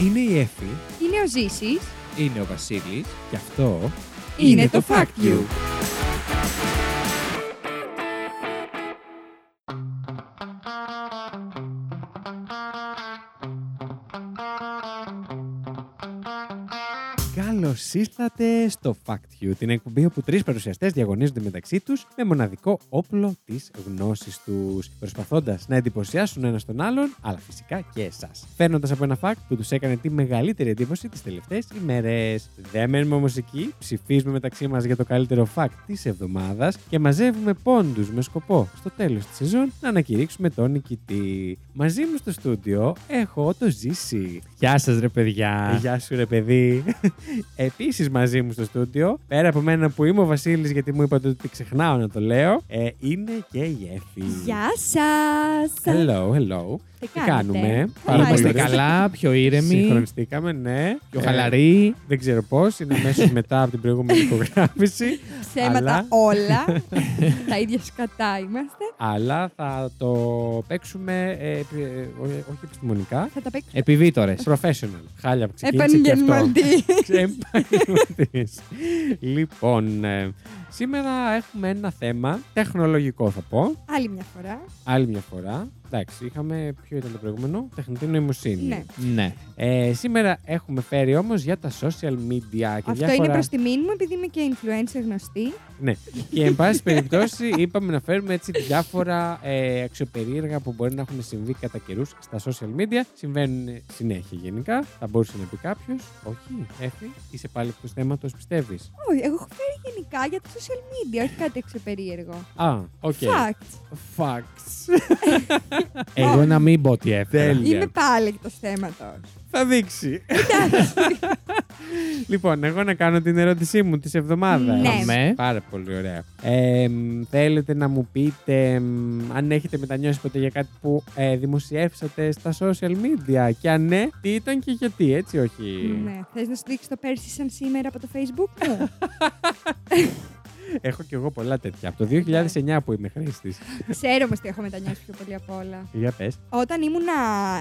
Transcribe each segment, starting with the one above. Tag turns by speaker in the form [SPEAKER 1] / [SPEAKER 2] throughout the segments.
[SPEAKER 1] Είναι η Εφη,
[SPEAKER 2] Είναι ο Ζήσης.
[SPEAKER 1] είναι ο Βασίλης και αυτό
[SPEAKER 2] Είναι το Fact You.
[SPEAKER 1] Καλώ ήρθατε στο Fact You, την εκπομπή όπου τρεις παρουσιαστές διαγωνίζονται μεταξύ τους με μοναδικό όπλο της γνώσης τους. Προσπαθώντας να εντυπωσιάσουν ένας τον άλλον, αλλά φυσικά και εσάς. Φέρνοντας από ένα fact που τους έκανε τη μεγαλύτερη εντύπωση τις τελευταίες ημέρες. Δεν μένουμε όμως εκεί, ψηφίζουμε μεταξύ μας για το καλύτερο fact της εβδομάδας και μαζεύουμε πόντους με σκοπό στο τέλος της σεζόν να ανακηρύξουμε τον νικητή. Μαζί μου στο στούντιο έχω το Ζήση.
[SPEAKER 3] Γεια σας, ρε παιδιά.
[SPEAKER 1] Ε, Γεια σου ρε παιδί. Επίσης μαζί μου στο στούντιο, πέρα από μένα που είμαι ο Βασίλης, γιατί μου είπατε ότι ξεχνάω να το λέω, ε, είναι και η Εφη.
[SPEAKER 2] Γεια σας.
[SPEAKER 1] Hello, hello.
[SPEAKER 2] Τι
[SPEAKER 1] Ε, κάνουμε?
[SPEAKER 3] Πάρα
[SPEAKER 1] Καλά,
[SPEAKER 3] πολύ
[SPEAKER 1] είστε.
[SPEAKER 3] καλά, πιο ήρεμοι,
[SPEAKER 1] Συγχρονιστήκαμε, ναι.
[SPEAKER 3] πιο
[SPEAKER 1] Ε,
[SPEAKER 3] χαλαροί.
[SPEAKER 1] δεν ξέρω πώς, είναι αμέσως μετά από την προηγούμενη υπογράφηση.
[SPEAKER 2] Ψέματα
[SPEAKER 1] Αλλά-
[SPEAKER 2] όλα. Τα ίδια σκατά είμαστε.
[SPEAKER 1] αλλά θα το παίξουμε ε, επι- ε, ό- ε, όχι επιστημονικά.
[SPEAKER 2] Θα τα παίξουμε.
[SPEAKER 3] Επιβίτορε.
[SPEAKER 1] Professional. Χάλια που Ε, ξεκίνησε και αυτό.
[SPEAKER 2] Επαγγελματί.
[SPEAKER 1] Επαγγελματής. λοιπόν, ε, σήμερα έχουμε ένα θέμα τεχνολογικό θα πω.
[SPEAKER 2] Άλλη μια φορά.
[SPEAKER 1] Άλλη μια φορά. Εντάξει, είχαμε. Ποιο ήταν το προηγούμενο, τεχνητή νοημοσύνη.
[SPEAKER 2] Ναι.
[SPEAKER 3] Ναι.
[SPEAKER 1] Ε, σήμερα έχουμε φέρει όμως για τα social media και
[SPEAKER 2] Αυτό
[SPEAKER 1] διάφορα. Ναι.
[SPEAKER 2] είναι προς τιμή μου, επειδή είμαι και influencer γνωστή.
[SPEAKER 1] Και εν πάση περιπτώσει, είπαμε να φέρουμε έτσι διάφορα ε, αξιοπερίεργα που μπορεί να έχουν συμβεί κατά καιρούς στα social media. Συμβαίνουν συνέχεια γενικά. Θα μπορούσε να πει κάποιος. Όχι, Έφη, είσαι πάλι εκτός θέματος, πιστεύεις.
[SPEAKER 2] Όχι, εγώ έχω φέρει γενικά για τα social media, όχι κάτι εξωπερίεργο.
[SPEAKER 1] Α, οκ.
[SPEAKER 2] Facts.
[SPEAKER 1] Facts.
[SPEAKER 3] Εγώ να μην πω τι έφερα.
[SPEAKER 1] Τέλεια.
[SPEAKER 2] Είμαι πάλι εκτό θέματο.
[SPEAKER 1] Θα δείξει. λοιπόν, εγώ να κάνω την ερώτησή μου της εβδομάδας.
[SPEAKER 2] Ναι.
[SPEAKER 3] Αμέ.
[SPEAKER 1] Πάρα πολύ ωραία. Ε, μ, θέλετε να μου πείτε μ, αν έχετε μετανιώσει ποτέ για κάτι που ε, δημοσιεύσατε στα social media και αν ναι, τι ήταν και γιατί, έτσι όχι.
[SPEAKER 2] Ναι, θες να σου δείξει το πέρσι σαν σήμερα από το Facebook μου.
[SPEAKER 1] Έχω κι εγώ πολλά τέτοια.
[SPEAKER 2] Ναι.
[SPEAKER 1] Από το 2009 που είμαι χρήστη.
[SPEAKER 2] Ξέρω όμω τι έχω μετανιώσει πιο πολύ απ' όλα.
[SPEAKER 1] Για πες.
[SPEAKER 2] Όταν ήμουνα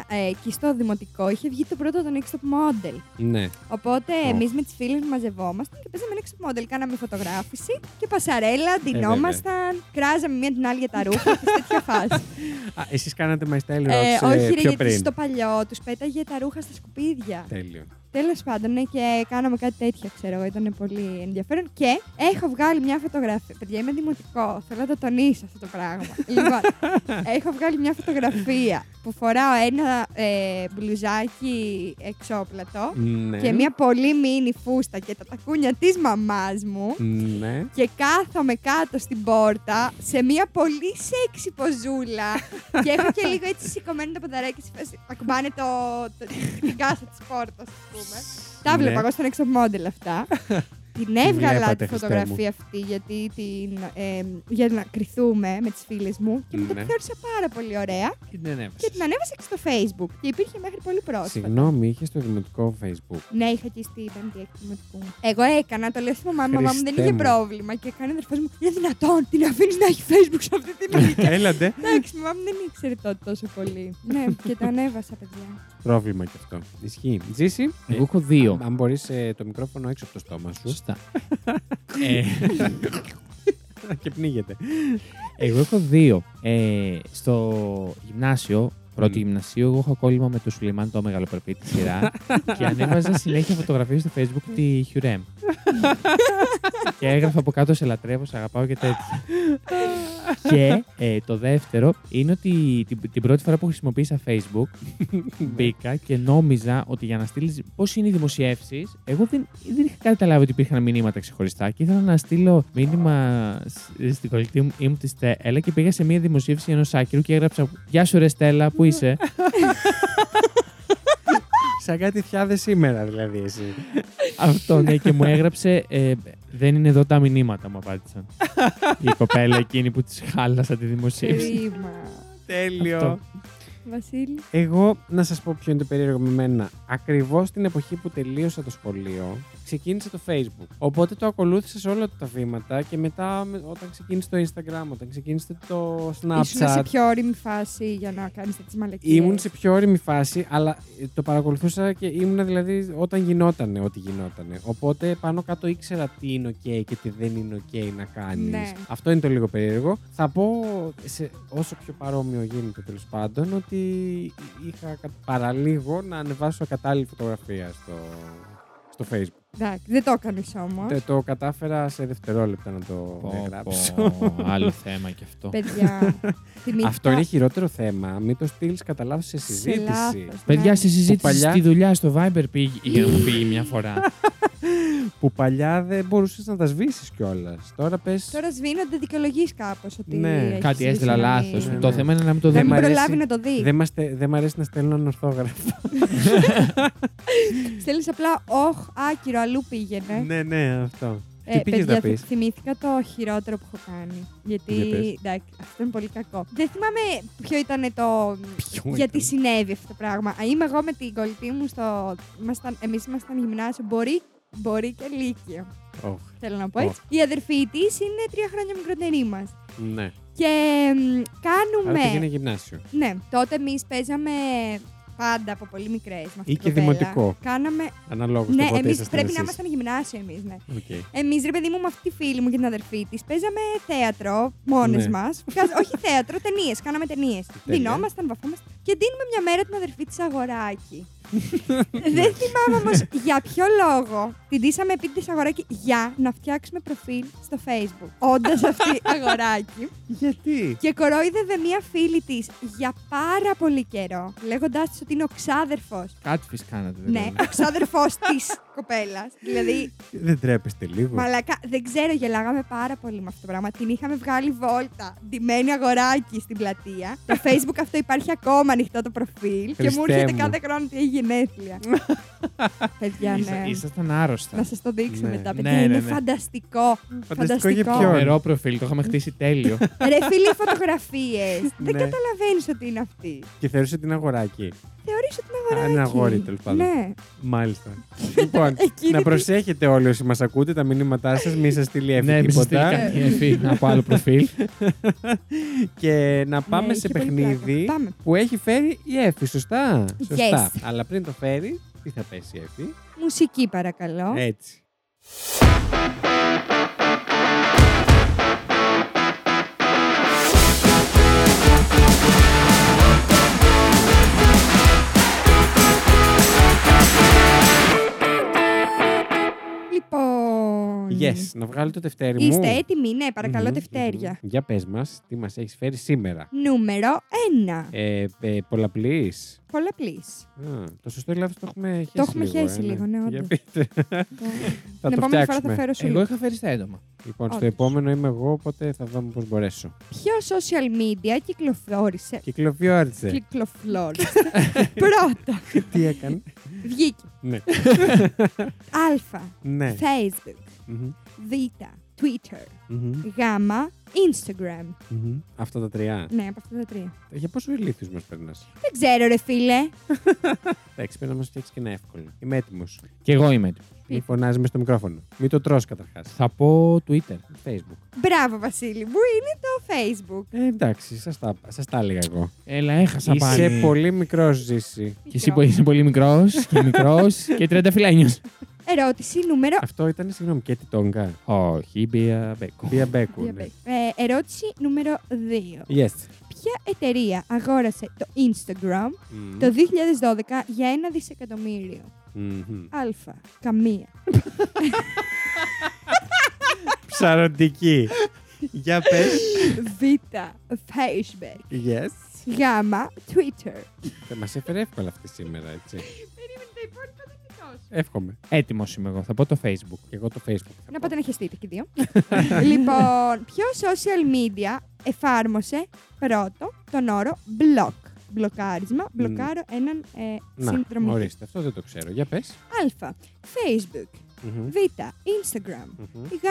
[SPEAKER 2] ε, εκεί στο δημοτικό, είχε βγει το πρώτο των Next Top Model.
[SPEAKER 1] Ναι.
[SPEAKER 2] Οπότε
[SPEAKER 1] Ω.
[SPEAKER 2] εμείς με τις φίλες μαζευόμασταν και παίζαμε Next Top Model. Κάναμε φωτογράφηση και
[SPEAKER 1] Ε,
[SPEAKER 2] πασαρέλα, ντυνόμασταν, κράζαμε μία την άλλη για τα ρούχα και σε τέτοια φάση.
[SPEAKER 1] Α, εσείς κάνατε My Style Rocks
[SPEAKER 2] Ε,
[SPEAKER 1] ε,
[SPEAKER 2] όχι, ρε,
[SPEAKER 1] πιο
[SPEAKER 2] γιατί
[SPEAKER 1] πριν.
[SPEAKER 2] στο παλιό τους πέταγε τα ρούχα στα σκουπίδια.
[SPEAKER 1] Τέλειο.
[SPEAKER 2] Τέλος πάντων, ναι, και κάναμε κάτι τέτοιο, ξέρω εγώ. Ήταν πολύ ενδιαφέρον. Και έχω βγάλει μια φωτογραφία. Παιδιά, είμαι δημοτικό. Θέλω να το τονίσω αυτό το πράγμα. λοιπόν, έχω βγάλει μια φωτογραφία που φοράω ένα ε, μπλουζάκι εξόπλατο
[SPEAKER 1] Ναι.
[SPEAKER 2] και μια πολύ μίνι φούστα και τα τακούνια της μαμάς μου.
[SPEAKER 1] Ναι.
[SPEAKER 2] Και κάθομαι κάτω στην πόρτα σε μια πολύ σεξι ποζούλα. και έχω και λίγο έτσι σηκωμένο το ποδαράκι. σε φάση- Ακουμπάνε το, το, την κάσα της πόρτας, α πούμε. Τα
[SPEAKER 1] Ναι.
[SPEAKER 2] βλέπα εγώ στον Next Top Model αυτά. την έβγαλα
[SPEAKER 1] βλέπατε,
[SPEAKER 2] τη
[SPEAKER 1] Χριστέ
[SPEAKER 2] φωτογραφία αυτή γιατί την, ε, για να κρυθούμε με τις φίλες μου και μου την
[SPEAKER 1] Ναι.
[SPEAKER 2] θεώρησα πάρα πολύ ωραία
[SPEAKER 3] Και δεν
[SPEAKER 2] και την ανέβασα και στο facebook και υπήρχε μέχρι πολύ πρόσφατα.
[SPEAKER 1] Συγγνώμη, είχε στο δημοτικό Facebook.
[SPEAKER 2] Ναι, είχα και στην πέμπτη έκτη δημοτικού. Εγώ έκανα, το λέω στη μαμά μου, μαμά μου δεν
[SPEAKER 1] Χριστέ
[SPEAKER 2] είχε
[SPEAKER 1] μου.
[SPEAKER 2] πρόβλημα και έκανε αδερφός μου. Είναι δυνατόν, την αφήνεις να έχει facebook σε αυτή την ηλικία.
[SPEAKER 1] Έλατε.
[SPEAKER 2] Εντάξει, η μαμά μου δεν ήξερε τότε τόσο πολύ. ναι, και το ανέβασα, παιδιά.
[SPEAKER 1] Πρόβλημα κι αυτό. Ισχύει. Ζήσει.
[SPEAKER 3] Εγώ έχω Ε, δύο.
[SPEAKER 1] Αν μπορεί το μικρόφωνο έξω από το στόμα σου.
[SPEAKER 3] Σωστά. Ε,
[SPEAKER 1] και πνίγεται.
[SPEAKER 3] Εγώ έχω δύο. Ε, στο γυμνάσιο, πρώτη
[SPEAKER 1] Μμ.
[SPEAKER 3] γυμνασίου, εγώ έχω κόλλημα με τον Σουλεϊμάν το μεγάλο περπή τη σειρά. και ανέβαζα συνέχεια φωτογραφίες στο facebook τη Χιουρέμ. και έγραφα από κάτω σε λατρεύω, σε αγαπάω και τέτοια. και ε, το δεύτερο είναι ότι την, την πρώτη φορά που χρησιμοποίησα facebook μπήκα και νόμιζα ότι για να στείλεις πώς είναι οι δημοσιεύσεις, εγώ δεν, δεν είχα καταλάβει ότι υπήρχαν μηνύματα ξεχωριστά και ήθελα να στείλω μήνυμα σ- στην κολλητή μου, ήμουν τη Στέλλα και πήγα σε μία δημοσίευση ενός άκυρου και έγραψα Γεια σου, ρε Στέλλα, πού είσαι.
[SPEAKER 1] Σαν κάτι θιάδες σήμερα δηλαδή εσύ.
[SPEAKER 3] Αυτό ναι, και μου έγραψε ε, Δεν είναι εδώ τα μηνύματα, μου απάντησαν. Η κοπέλα εκείνη που της χάλασα τη δημοσίευση.
[SPEAKER 2] Κρίμα.
[SPEAKER 1] Τέλειο.
[SPEAKER 3] Αυτό.
[SPEAKER 2] Βασίλη.
[SPEAKER 1] Εγώ να σας πω ποιο είναι το περίεργο με μένα. Ακριβώς την εποχή που τελείωσα το σχολείο, ξεκίνησε το Facebook. Οπότε το ακολούθησα σε όλα τα βήματα και μετά με- όταν ξεκίνησε το Instagram, όταν ξεκίνησε το
[SPEAKER 2] Ήσουν σε
[SPEAKER 1] Snapchat.
[SPEAKER 2] πιο όρημη φάση για να κάνεις τι μαλακίες.
[SPEAKER 1] Ήμουν σε πιο όρημη φάση, αλλά ε, το παρακολουθούσα και ήμουνα δηλαδή όταν γινότανε ό,τι γινότανε. Οπότε πάνω κάτω ήξερα τι είναι OK και τι δεν είναι OK να κάνεις.
[SPEAKER 2] Ναι.
[SPEAKER 1] Αυτό είναι το λίγο περίεργο. Θα πω σε όσο πιο παρόμοιο γίνεται τέλος πάντων ότι είχα κα- παραλίγο να ανεβάσω ακατάλληλη φωτογραφία στο, στο Facebook.
[SPEAKER 2] Εντάξει, δεν το έκανε όμως.
[SPEAKER 1] Τε- το κατάφερα σε δευτερόλεπτα να το
[SPEAKER 3] Πω,
[SPEAKER 1] γράψω.
[SPEAKER 3] πω, άλλο θέμα κι αυτό.
[SPEAKER 2] Παιδιά. θυμήθηκα
[SPEAKER 1] Αυτό είναι χειρότερο θέμα. Μην το στείλεις κατά λάθο σε
[SPEAKER 2] σε
[SPEAKER 1] συζήτηση.
[SPEAKER 2] λάθος, ναι.
[SPEAKER 3] Παιδιά, στη συζήτηση
[SPEAKER 1] παλιά-
[SPEAKER 3] στη δουλειά στο Viber πήγε, είχε να μου φύγει μια φορά.
[SPEAKER 1] που παλιά δεν μπορούσες να τα σβήσεις κιόλας. Τώρα πες.
[SPEAKER 2] Τώρα σβήνονται δικαιολογείς κάπως. Ότι
[SPEAKER 1] Ναι,
[SPEAKER 2] έχεις
[SPEAKER 3] Κάτι έστειλα
[SPEAKER 2] σβήσει να
[SPEAKER 3] λάθο.
[SPEAKER 2] μην-
[SPEAKER 1] Ναι,
[SPEAKER 3] Το
[SPEAKER 1] ναι.
[SPEAKER 3] θέμα είναι να μην το
[SPEAKER 1] Δεν
[SPEAKER 2] Να
[SPEAKER 1] μ'
[SPEAKER 2] μην
[SPEAKER 3] δούμε.
[SPEAKER 1] αρέσει-
[SPEAKER 2] προλάβει να το δει.
[SPEAKER 1] Δεν, μας τε- δεν μ' αρέσει να στέλνω ανορθόγραφα.
[SPEAKER 2] Στέλνεις απλά, όχ, άκυρο, αλλού πήγαινε.
[SPEAKER 1] ναι, ναι, αυτό.
[SPEAKER 2] Ε,
[SPEAKER 1] Τι πήγες
[SPEAKER 2] παιδιά,
[SPEAKER 1] να πεις?
[SPEAKER 2] θυ- Θυμήθηκα το χειρότερο που έχω κάνει. Γιατί.
[SPEAKER 1] Για πες.
[SPEAKER 2] Εντάξει, αυτό είναι πολύ κακό. Δεν θυμάμαι ποιο ήταν το.
[SPEAKER 1] Ποιο
[SPEAKER 2] Γιατί
[SPEAKER 1] ήταν?
[SPEAKER 2] συνέβη αυτό το πράγμα. Α, Είμαι εγώ με την κολλητή μου στο. Ήμασταν... Εμείς ήμασταν γυμνάσιο. Μπορεί, μπορεί και λύκειο.
[SPEAKER 1] Ωχ,
[SPEAKER 2] Θέλω να πω έτσι. Η αδερφή της είναι τρία χρόνια μικρότερη μας.
[SPEAKER 1] ναι.
[SPEAKER 2] Και μ,
[SPEAKER 1] Άρα πήγαινε
[SPEAKER 2] κάνουμε.
[SPEAKER 1] γυμνάσιο.
[SPEAKER 2] Ναι, τότε εμείς παίζαμε πάντα από πολύ μικρές μα.
[SPEAKER 1] Ή και δημοτικό.
[SPEAKER 2] Κάναμε.
[SPEAKER 1] Αναλόγως
[SPEAKER 2] Ναι,
[SPEAKER 1] το πότε
[SPEAKER 2] εμείς
[SPEAKER 1] ήσασταν
[SPEAKER 2] πρέπει να
[SPEAKER 1] εσείς.
[SPEAKER 2] ήμασταν γυμνάσιο εμείς, ναι.
[SPEAKER 1] Οκ.
[SPEAKER 2] Εμείς, ρε παιδί μου, με αυτή τη φίλη μου και την αδερφή της, παίζαμε θέατρο μόνες
[SPEAKER 1] Ναι.
[SPEAKER 2] μας. μα. Όχι θέατρο, ταινίες. Κάναμε ταινίες.
[SPEAKER 1] Τέλεια.
[SPEAKER 2] Δινόμασταν, βαφόμασταν. Και δίνουμε μια μέρα την αδερφή της αγοράκι. Δεν θυμάμαι όμως για ποιο λόγο την ντύσαμε επίτηδες αγοράκι για να φτιάξουμε προφίλ στο Facebook. Όντα αυτή αγοράκι.
[SPEAKER 1] Γιατί.
[SPEAKER 2] Και κορόιδευε μια φίλη της για πάρα πολύ καιρό, λέγοντάς της ότι είναι ο ξάδερφος.
[SPEAKER 3] Κάτι φυσικά κάνατε. δεν
[SPEAKER 2] Ναι,
[SPEAKER 3] είναι.
[SPEAKER 2] ο ξάδερφος της κοπέλας. Δηλαδή
[SPEAKER 1] Δεν τρέπεστε λίγο.
[SPEAKER 2] Μαλακά, δεν ξέρω, γελάγαμε πάρα πολύ με αυτό το πράγμα. Την είχαμε βγάλει βόλτα, ντυμένη αγοράκι στην πλατεία. το Facebook αυτό υπάρχει ακόμα ανοιχτό το προφίλ και μου
[SPEAKER 1] Χριστέ
[SPEAKER 2] έρχεται
[SPEAKER 1] μου.
[SPEAKER 2] κάθε χρόνο ότι έχει γενέθλια. παιδιά,
[SPEAKER 3] Ήσα-
[SPEAKER 2] ναι.
[SPEAKER 3] Ήσασταν
[SPEAKER 2] Να
[SPEAKER 3] άρρωστα.
[SPEAKER 2] σας το δείξω
[SPEAKER 1] Ναι.
[SPEAKER 2] μετά,
[SPEAKER 3] Ναι,
[SPEAKER 2] παιδιά.
[SPEAKER 3] ναι,
[SPEAKER 2] είναι
[SPEAKER 3] ναι.
[SPEAKER 2] φανταστικό.
[SPEAKER 1] Φανταστικό για ποιον.
[SPEAKER 3] Νερό προφίλ, το είχαμε χτίσει τέλειο.
[SPEAKER 2] Ρε φίλοι, φωτογραφίες. δεν
[SPEAKER 1] Ναι.
[SPEAKER 2] καταλαβαίνεις ότι είναι αυτή.
[SPEAKER 1] Και θεωρούσε την αγοράκι.
[SPEAKER 2] Θεωρείς ότι είναι
[SPEAKER 1] Α,
[SPEAKER 2] αγοράκι.
[SPEAKER 1] είναι αγόρι, τέλος πάντων.
[SPEAKER 2] Ναι.
[SPEAKER 1] Μάλιστα. λοιπόν,
[SPEAKER 2] Εκείνη
[SPEAKER 1] να
[SPEAKER 2] τη-
[SPEAKER 1] προσέχετε όλοι όσοι μας ακούτε τα μηνύματά σας, μην σας στείλει
[SPEAKER 3] ναι,
[SPEAKER 1] εύκολα
[SPEAKER 3] μη σας στείλει
[SPEAKER 1] τίποτα.
[SPEAKER 3] καμία εφή από άλλο προφίλ.
[SPEAKER 1] Και να πάμε
[SPEAKER 2] Ναι,
[SPEAKER 1] σε
[SPEAKER 2] είχε πολύ
[SPEAKER 1] παιχνίδι
[SPEAKER 2] πλάκα. Πάμε.
[SPEAKER 1] που έχει φέρει η Εφη, σωστά.
[SPEAKER 2] Yes.
[SPEAKER 1] Σωστά. Αλλά πριν το φέρει, τι θα πέσει η Εφη.
[SPEAKER 2] Μουσική, παρακαλώ.
[SPEAKER 1] Έτσι.
[SPEAKER 2] Λοιπόν.
[SPEAKER 1] Yes, να βγάλω το Δευτέρι μου.
[SPEAKER 2] Είστε έτοιμοι, ναι, παρακαλώ,
[SPEAKER 1] Μμμ,
[SPEAKER 2] Δευτέρια.
[SPEAKER 1] μμμ. Για πες μας, τι μας έχεις φέρει σήμερα.
[SPEAKER 2] Νούμερο 1.
[SPEAKER 1] Ε, ε, πολλαπλής.
[SPEAKER 2] Πολλαπλής.
[SPEAKER 1] Α, το σωστό ή λάθος το έχουμε χέσει
[SPEAKER 2] Το έχουμε
[SPEAKER 1] λίγο,
[SPEAKER 2] χέσει
[SPEAKER 1] ε,
[SPEAKER 2] λίγο, ναι,
[SPEAKER 1] Για
[SPEAKER 2] όντως.
[SPEAKER 1] πείτε. θα
[SPEAKER 2] Την
[SPEAKER 1] το
[SPEAKER 2] επόμενη φορά
[SPEAKER 1] φτιάξουμε.
[SPEAKER 2] θα φέρω σου
[SPEAKER 3] Εγώ είχα φέρει στα έντομα.
[SPEAKER 1] Λοιπόν, στο
[SPEAKER 2] Όντως.
[SPEAKER 1] επόμενο είμαι εγώ, οπότε θα δούμε πώς μπορέσω.
[SPEAKER 2] Ποιο social media κυκλοφόρησε.
[SPEAKER 1] Κυκλοφιόρισε.
[SPEAKER 2] Κυκλοφόρησε. Πρώτα.
[SPEAKER 1] τι έκανε.
[SPEAKER 2] Βγήκε.
[SPEAKER 1] ναι.
[SPEAKER 2] Α.
[SPEAKER 1] ναι.
[SPEAKER 2] Facebook.
[SPEAKER 1] Μμμ,
[SPEAKER 2] Β. Twitter.
[SPEAKER 1] μμμ,
[SPEAKER 2] Γ. Instagram.
[SPEAKER 1] μμμ. Αυτά τα τρία.
[SPEAKER 2] Ναι, από αυτά τα τρία.
[SPEAKER 1] Ε, Για πόσο ηλίθιους μας περνάς.
[SPEAKER 2] Δεν ξέρω, ρε φίλε.
[SPEAKER 1] Εντάξει, πρέπει να μας φτιάξει και ένα εύκολο. Είμαι έτοιμος.
[SPEAKER 3] Και εγώ είμαι έτοιμος.
[SPEAKER 1] Μην φωνάζεις μες στο μικρόφωνο. Μην το τρως καταρχάς.
[SPEAKER 3] Θα πω Twitter.
[SPEAKER 1] Facebook.
[SPEAKER 2] Μπράβο, Βασίλη μου, είναι το Facebook.
[SPEAKER 1] Ε, εντάξει, σας τα, σας τα έλεγα εγώ.
[SPEAKER 3] Έλα, έχασα πάλι.
[SPEAKER 1] Είσαι πολύ μικρός, Ζήση.
[SPEAKER 3] Και εσύ που είσαι πολύ μικρός και μικρός και 30 φιλένιο.
[SPEAKER 2] Ερώτηση νούμερο.
[SPEAKER 1] Αυτό ήταν, συγγνώμη, και τη Τόγκα.
[SPEAKER 3] Όχι, μπία μπέκο.
[SPEAKER 1] Πία Μπέκου. ναι.
[SPEAKER 2] Διαβέ- Ε, ερώτηση νούμερο 2.
[SPEAKER 1] Yes.
[SPEAKER 2] Ποια εταιρεία αγόρασε το Instagram
[SPEAKER 1] Μμμ.
[SPEAKER 2] το 2012 για ένα δισεκατομμύριο.
[SPEAKER 1] Μμμ.
[SPEAKER 2] Α. Καμία.
[SPEAKER 1] Ψαροντική. Για πες.
[SPEAKER 2] Β. Facebook.
[SPEAKER 1] Yes.
[SPEAKER 2] Γ. Twitter.
[SPEAKER 1] Δεν μας έφερε εύκολα αυτή σήμερα, έτσι.
[SPEAKER 2] Περίμενε τα υπόλοιπα δεν είναι
[SPEAKER 1] Εύχομαι.
[SPEAKER 3] Έτοιμος είμαι εγώ. Θα πω το Facebook.
[SPEAKER 1] Και εγώ το Facebook. θα
[SPEAKER 2] Να
[SPEAKER 1] πω.
[SPEAKER 2] πάτε να χεστείτε και οι δύο. λοιπόν, ποιο social media εφάρμοσε πρώτο τον όρο block. Μπλοκάρισμα, μπλοκάρω έναν ε,
[SPEAKER 1] Να,
[SPEAKER 2] συνδρομητή.
[SPEAKER 1] ορίστε, αυτό δεν το ξέρω. Για πες.
[SPEAKER 2] Α. Facebook. Β. Instagram. Γ.